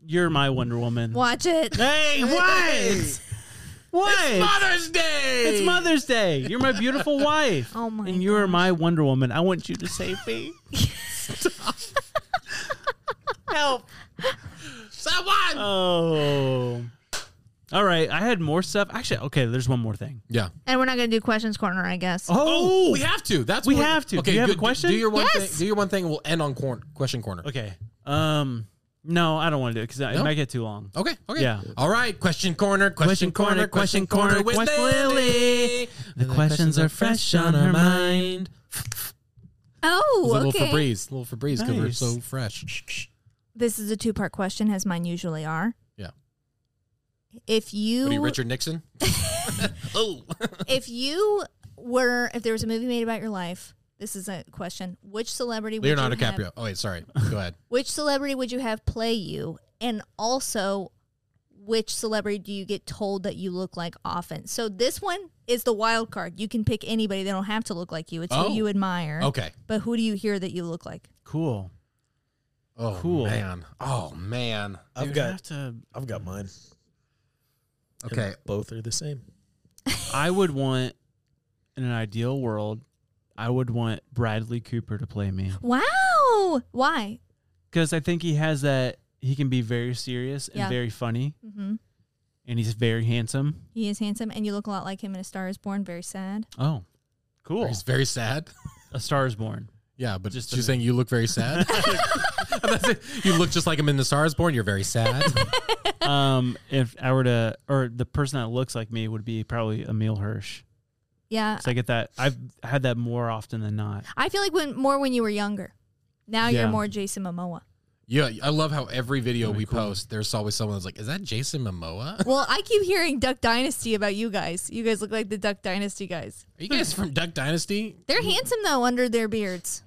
C: You're my Wonder Woman.
A: watch it.
C: Hey, what? What?
B: Mother's Day.
C: It's Mother's Day. You're my beautiful wife.
A: Oh my
C: And you're my Wonder Woman. I want you to save me. Help.
B: Someone.
C: Uh, Oh. All right. I had more stuff. Actually, okay, there's one more thing.
B: Yeah.
A: And we're not gonna do questions corner, I guess.
B: Oh, we have to. That's
C: We
B: what-
C: have to. Do you have a
B: good.
C: question?
B: Do your one
A: Yes.
B: thing. Do your one thing, and we'll end on corn, question corner.
C: Okay. Um no, I don't want to do it cuz it might get too long.
B: Okay. Okay.
C: Yeah.
B: All right. Question corner. Question,
C: Question
B: corner.
C: corner,
B: Question
C: question
B: corner.
C: corner,
B: With
C: question
B: Lily. The
C: questions are fresh on her mind.
A: Oh,
B: A little
A: okay.
B: Febreze. A little Febreze because we're
C: Nice.
B: so fresh.
A: This is a two part question, as mine usually are.
B: Yeah.
A: If
B: What are you,
A: you,
B: Richard Nixon? oh.
A: if you were, if there was a movie made about your life, this is a question. Which celebrity?
B: Leonardo
A: would you have-
B: DiCaprio. Oh wait, sorry. Go ahead.
A: which celebrity would you have play you? And also, which celebrity do you get told that you look like often? So this one is the wild card. You can pick anybody. They don't have to look like you. It's
B: Oh.
A: who you admire.
B: Okay.
A: But who do you hear that you look like?
C: Cool.
B: Oh
C: Cool.
B: man. Oh man.
G: I've
C: Dude, I have
G: got
C: to
G: I've got mine. And
B: Okay.
G: both are the same.
C: I would want in an ideal world, I would want Bradley Cooper to play me
A: Wow. Why?
C: because I think he has that. He can be very serious and
A: Yeah.
C: very funny,
A: hmm
C: and he's very handsome.
A: He is handsome, and you look a lot like him in A Star Is Born. Very sad.
C: Oh, cool!
B: He's very sad.
C: A Star is Born.
B: Yeah, but
C: Just
B: she's
C: a-
B: saying you look very sad. That's it. You look just like him in The Stars Born. You're very sad.
C: um, if I were to, or the person that looks like me would be probably Emil Hirsch.
A: Yeah.
C: So I get that. I've had that more often than not.
A: I feel like when more when you were younger. Now
C: Yeah.
A: you're more Jason Momoa.
B: yeah, I love how every video we post, there's always someone that's like, "Is that Jason Momoa? Are
A: Well, I keep hearing Duck Dynasty about you guys. You guys look like the Duck Dynasty guys.
B: you guys from Duck Dynasty?"
A: They're handsome though under their beards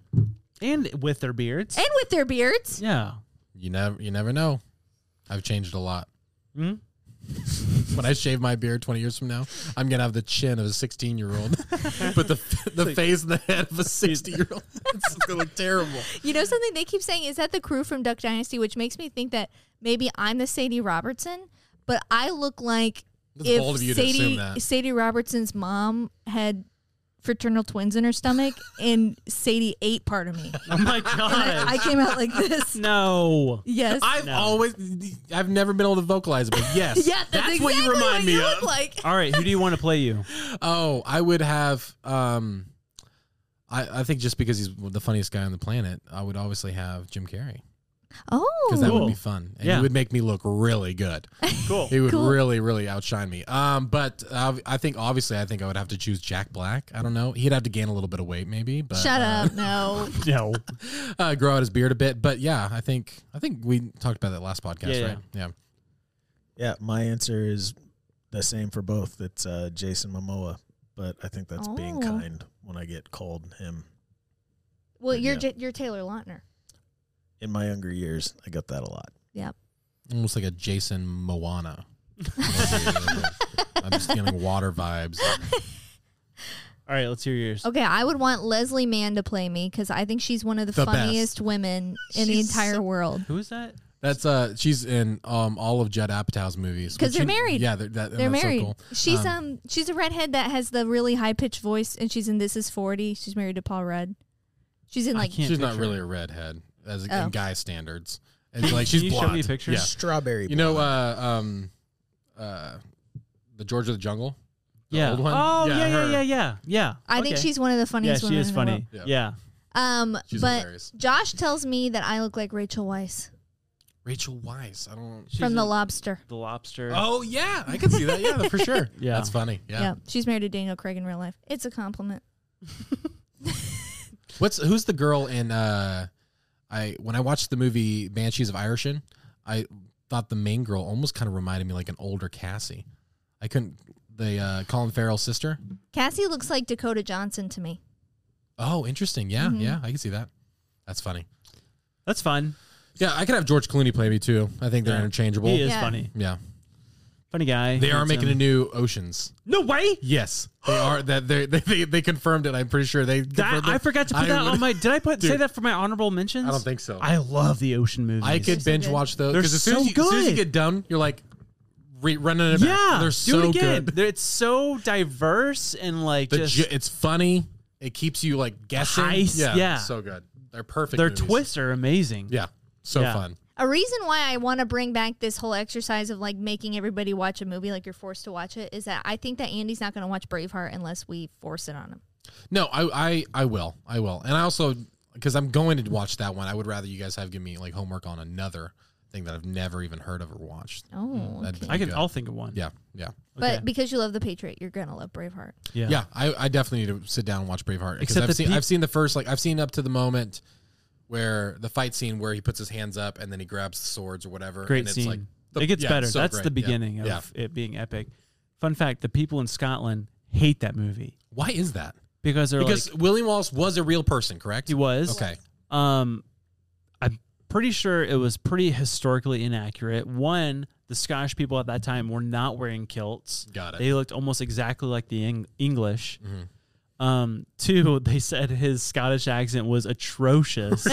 C: And with their beards.
A: and with their beards.
C: yeah.
B: You never, you never know. I've changed a lot.
C: Hmm?
B: When I shave my beard 20 years from now, I'm gonna have the chin of a 16 year old, but the the face and the head of a 60 year old. It's gonna look terrible.
A: You know something they keep saying is that the crew from Duck Dynasty, which makes me think that maybe I'm the Sadie Robertson, but I look like
B: That's
A: if
B: bold of you to
A: Sadie
B: assume that.
A: Sadie Robertson's mom had fraternal twins in her stomach, and Sadie ate part of me.
C: Oh my god.
A: I came out like this.
C: no.
A: Yes.
B: I've always, I've never been able to vocalize it, but yes,
A: yeah, that's, exactly
B: what you remind me
A: you
B: of.
A: Look like.
C: All right. Who do you want to play you?
B: Oh, I would have. Um, I, I think just because he's the funniest guy on the planet, I would obviously have Jim Carrey
A: Oh,
B: because that would
C: Cool.
B: be fun. And He
C: Yeah.
B: would make me look really good.
C: Cool.
B: He would
A: Cool.
B: really, really outshine me. Um, but uh, I think obviously, I think I would have to choose Jack Black. I don't know. He'd have to gain a little bit of weight, maybe. But
A: shut
B: uh,
A: up! No,
C: No.
B: Uh, grow out his beard a bit. But yeah, I think I think we talked about that last podcast,
C: Yeah,
B: right? Yeah.
G: Yeah, my answer is the same for both. It's uh, Jason Momoa, but I think that's being
A: Oh.
G: kind when I get called him.
A: well, you're
G: Yeah.
A: J- you're Taylor Lautner.
G: In my younger years, I got that a lot.
A: Yep.
B: almost like a Jason Moana. I'm just getting water vibes.
C: All right. Let's hear yours.
A: Okay, I would want Leslie Mann to play me because I think she's one of the,
B: The best.
A: funniest women in the
B: She's
A: entire world.
C: Who is that?
B: That's uh, she's in um all of Judd Apatow's movies
A: 'Cause
B: Which
A: they're
B: you-
A: married.
B: Yeah, they're, that,
A: They're
B: that's so
A: married.
B: cool.
A: She's
B: Um,
A: um, she's a redhead that has the really high pitched voice, and she's in This Is Forty. She's married to Paul Rudd. She's in
C: I
A: like
C: can't
B: she's not
C: picture
B: really
C: it.
B: a redhead as
A: Oh.
B: in guy standards. It's like she's
C: you show
B: blonde.
C: me a picture?
B: Yeah.
G: Strawberry.
B: You know, uh, um, uh, the George of the Jungle. The
C: yeah.
B: old one?
C: Oh
B: Yeah,
C: yeah, yeah,
B: her.
C: yeah, yeah, yeah.
A: I think
C: Okay.
A: she's one of the
C: Yeah,
A: funniest.
C: she
A: women
C: is
A: in the world.
C: funny.
B: world.
C: Yeah.
A: Um,
B: She's
A: but
B: hilarious.
A: Josh tells me that I look like Rachel Weisz
B: Rachel Weisz. I don't.
C: She's
A: from The
C: in
A: Lobster.
C: The lobster.
B: Oh yeah, I can see that. Yeah, for sure.
C: Yeah.
B: that's funny.
A: Yeah.
B: Yeah.
A: she's married to Daniel Craig in real life. It's a compliment.
B: What's who's the girl in? Uh, I when I watched the movie Banshees of Irishin, I thought the main girl almost kind of reminded me like an older Cassie. I couldn't. The uh, Colin Farrell's sister.
A: Cassie looks like Dakota Johnson to me.
B: Oh, interesting. Yeah,
A: Mhm.
B: yeah, I can see that. That's funny.
C: That's fun.
B: Yeah, I could have George Clooney play me too. I think they're interchangeable.
C: He is Yeah. funny.
B: Yeah,
C: Funny guy.
B: they are
C: handsome.
B: making a new Oceans.
C: No way.
B: Yes, they are. That they they, they they confirmed it. I'm pretty sure they.
C: That,
B: confirmed it.
C: I forgot to put
B: I
C: that
B: would-
C: on my. Did I put say
B: Dude.
C: that for my honorable mentions?
B: I don't think so.
C: I love the ocean movies.
B: I could binge watch those
C: They're
B: because as, soon as
C: so
B: you- as soon as you
C: good.
B: get done, you're like re- running it back.
C: Yeah,
B: they're
C: do
B: so
C: it again.
B: good.
C: They're- It's so diverse and like
B: The
C: just
B: ju- it's funny. It keeps you like guessing.
C: Heist, yeah.
B: so good. They're perfect.
C: their
B: movies.
C: twists are amazing.
B: Yeah, so
C: Yeah.
B: fun.
A: A reason why I want to bring back this whole exercise of like making everybody watch a movie like you're forced to watch it is that I think that Andy's not going to watch Braveheart unless we force it on him.
B: No, I, I, I will. I will. And I also, because I'm going to watch that one, I would rather you guys have given me like homework on another thing that I've never even heard of or watched.
A: Oh,
B: Mm, That'd
A: okay.
B: be
C: I can.
B: good.
C: I'll think of one.
B: Yeah, yeah,
A: But
C: Okay.
A: because you love The Patriot, you're going to love Braveheart.
C: yeah.
B: yeah. I, I definitely need to sit down and watch Braveheart because
C: Except
B: I've
C: that
B: seen,
C: peop-
B: I've seen the first like I've seen up to the moment where the fight scene where he puts his hands up and then he grabs the swords or whatever.
C: Great
B: and it's
C: scene.
B: Like,
C: it gets
B: yeah,
C: better.
B: so
C: That's
B: great.
C: the
B: Yeah.
C: beginning
B: Yeah.
C: of it being epic. Fun fact: the people in Scotland hate that movie
B: Why is that?
C: because they're
B: Because
C: like
B: William Wallace was a real person, correct?
C: he was.
B: Okay.
C: Um, I'm pretty sure it was pretty historically inaccurate. One, the Scottish people at that time were not wearing kilts.
B: Got it.
C: They looked almost exactly like the Eng- English.
B: Mm-hmm.
C: Um, two, they said his Scottish accent was atrocious.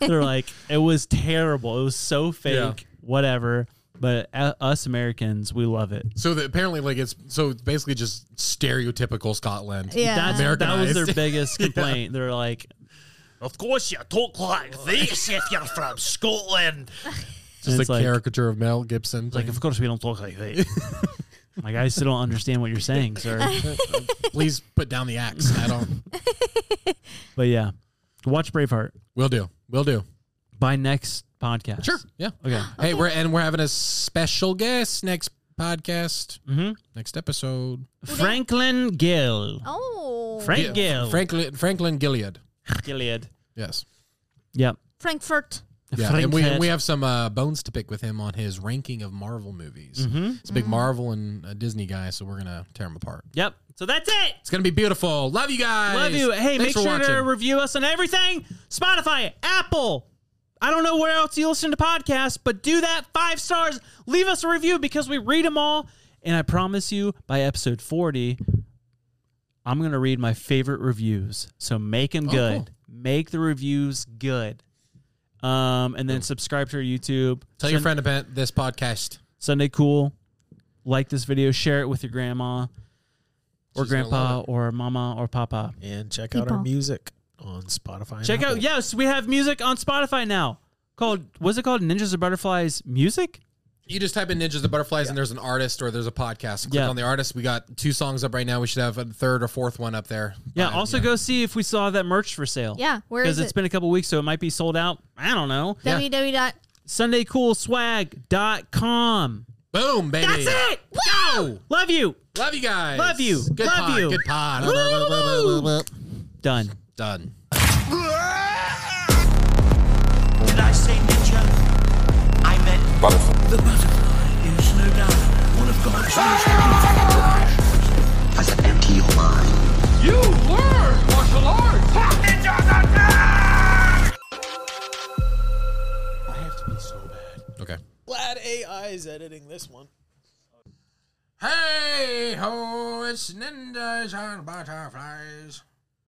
C: They're like, it was terrible. It was so fake.
B: Yeah.
C: Whatever. But uh, us Americans, we love it.
B: So that apparently, like it's so it's basically just stereotypical Scotland.
A: Yeah.
C: That's, that was
B: Americanized.
C: their biggest complaint. They're like,
F: Of course, you talk like this if you're from Scotland.
B: just
C: it's
B: a
C: like-
B: caricature of Mel Gibson.
C: like, of course we don't talk like that. like, I still don't understand what you're saying, sir.
B: please put down the axe. I don't.
C: But yeah, watch Braveheart
B: Will do. Will do.
C: by next podcast.
B: Yeah.
C: Okay.
B: Hey, we're and we're having a special guest next podcast,
C: Mm-hmm.
B: next episode.
C: Franklin Gill.
A: Oh,
C: Frank Gill.
B: Franklin Franklin Gilliard.
C: Gilead.
B: Yes.
C: Yep.
A: Frankfurt.
B: Yeah. And we,
C: Frankfurt.
B: we have some uh, bones to pick with him on his ranking of Marvel movies.
C: Mm-hmm.
B: He's a big Marvel and uh, Disney guy, so we're gonna tear him apart.
C: Yep. So that's it.
B: It's gonna be beautiful. Love you guys.
C: Love you. Hey,
B: Thanks
C: make
B: for
C: sure to
B: watching.
C: review us on everything Spotify, Apple. I don't know where else you listen to podcasts, but do that five stars. Leave us a review because we read them all. And I promise you, by episode 40, I'm going to read my favorite reviews. So make them good.
B: Oh, cool.
C: Make the reviews good. Um, and then subscribe to our YouTube.
B: Tell your friend about this podcast.
C: Sunday Cool. Like this video, share it with your grandma or
B: She's gonna
C: grandpa
B: love
C: or mama or papa.
L: And check out our
A: People.
L: music on Spotify. and
C: Check
L: Apple.
C: out yes, we have music on Spotify now. Called was it called Ninjas or Butterflies music?
B: You just type in Ninjas and Butterflies and there's an artist or there's a podcast. Click
C: Yeah.
B: on the artist. We got two songs up right now. We should have a third or fourth one up there.
C: Yeah.
B: Uh,
C: also go see if we still have that merch for sale.
A: Yeah, where
C: because
A: is
C: it's
A: it?
C: been a couple weeks, so it might be sold out. I don't know.
B: Yeah.
A: www.love
C: SundayCoolSwag.com.
B: Boom, baby.
C: That's it.
B: Go.
C: Love you.
B: Love you guys.
C: Love you.
B: Good
C: Love
B: pod.
C: you.
B: Good pod.
C: Done.
B: Done.
K: Did I say ninja? I meant butterfly. The butterfly is no doubt one of God's most beautiful creations. Has an empty mind.
M: You learn martial arts.
L: I have to be so bad.
B: Okay.
L: Glad AI is editing this one.
B: Hey ho, it's Ninjas and Butterflies.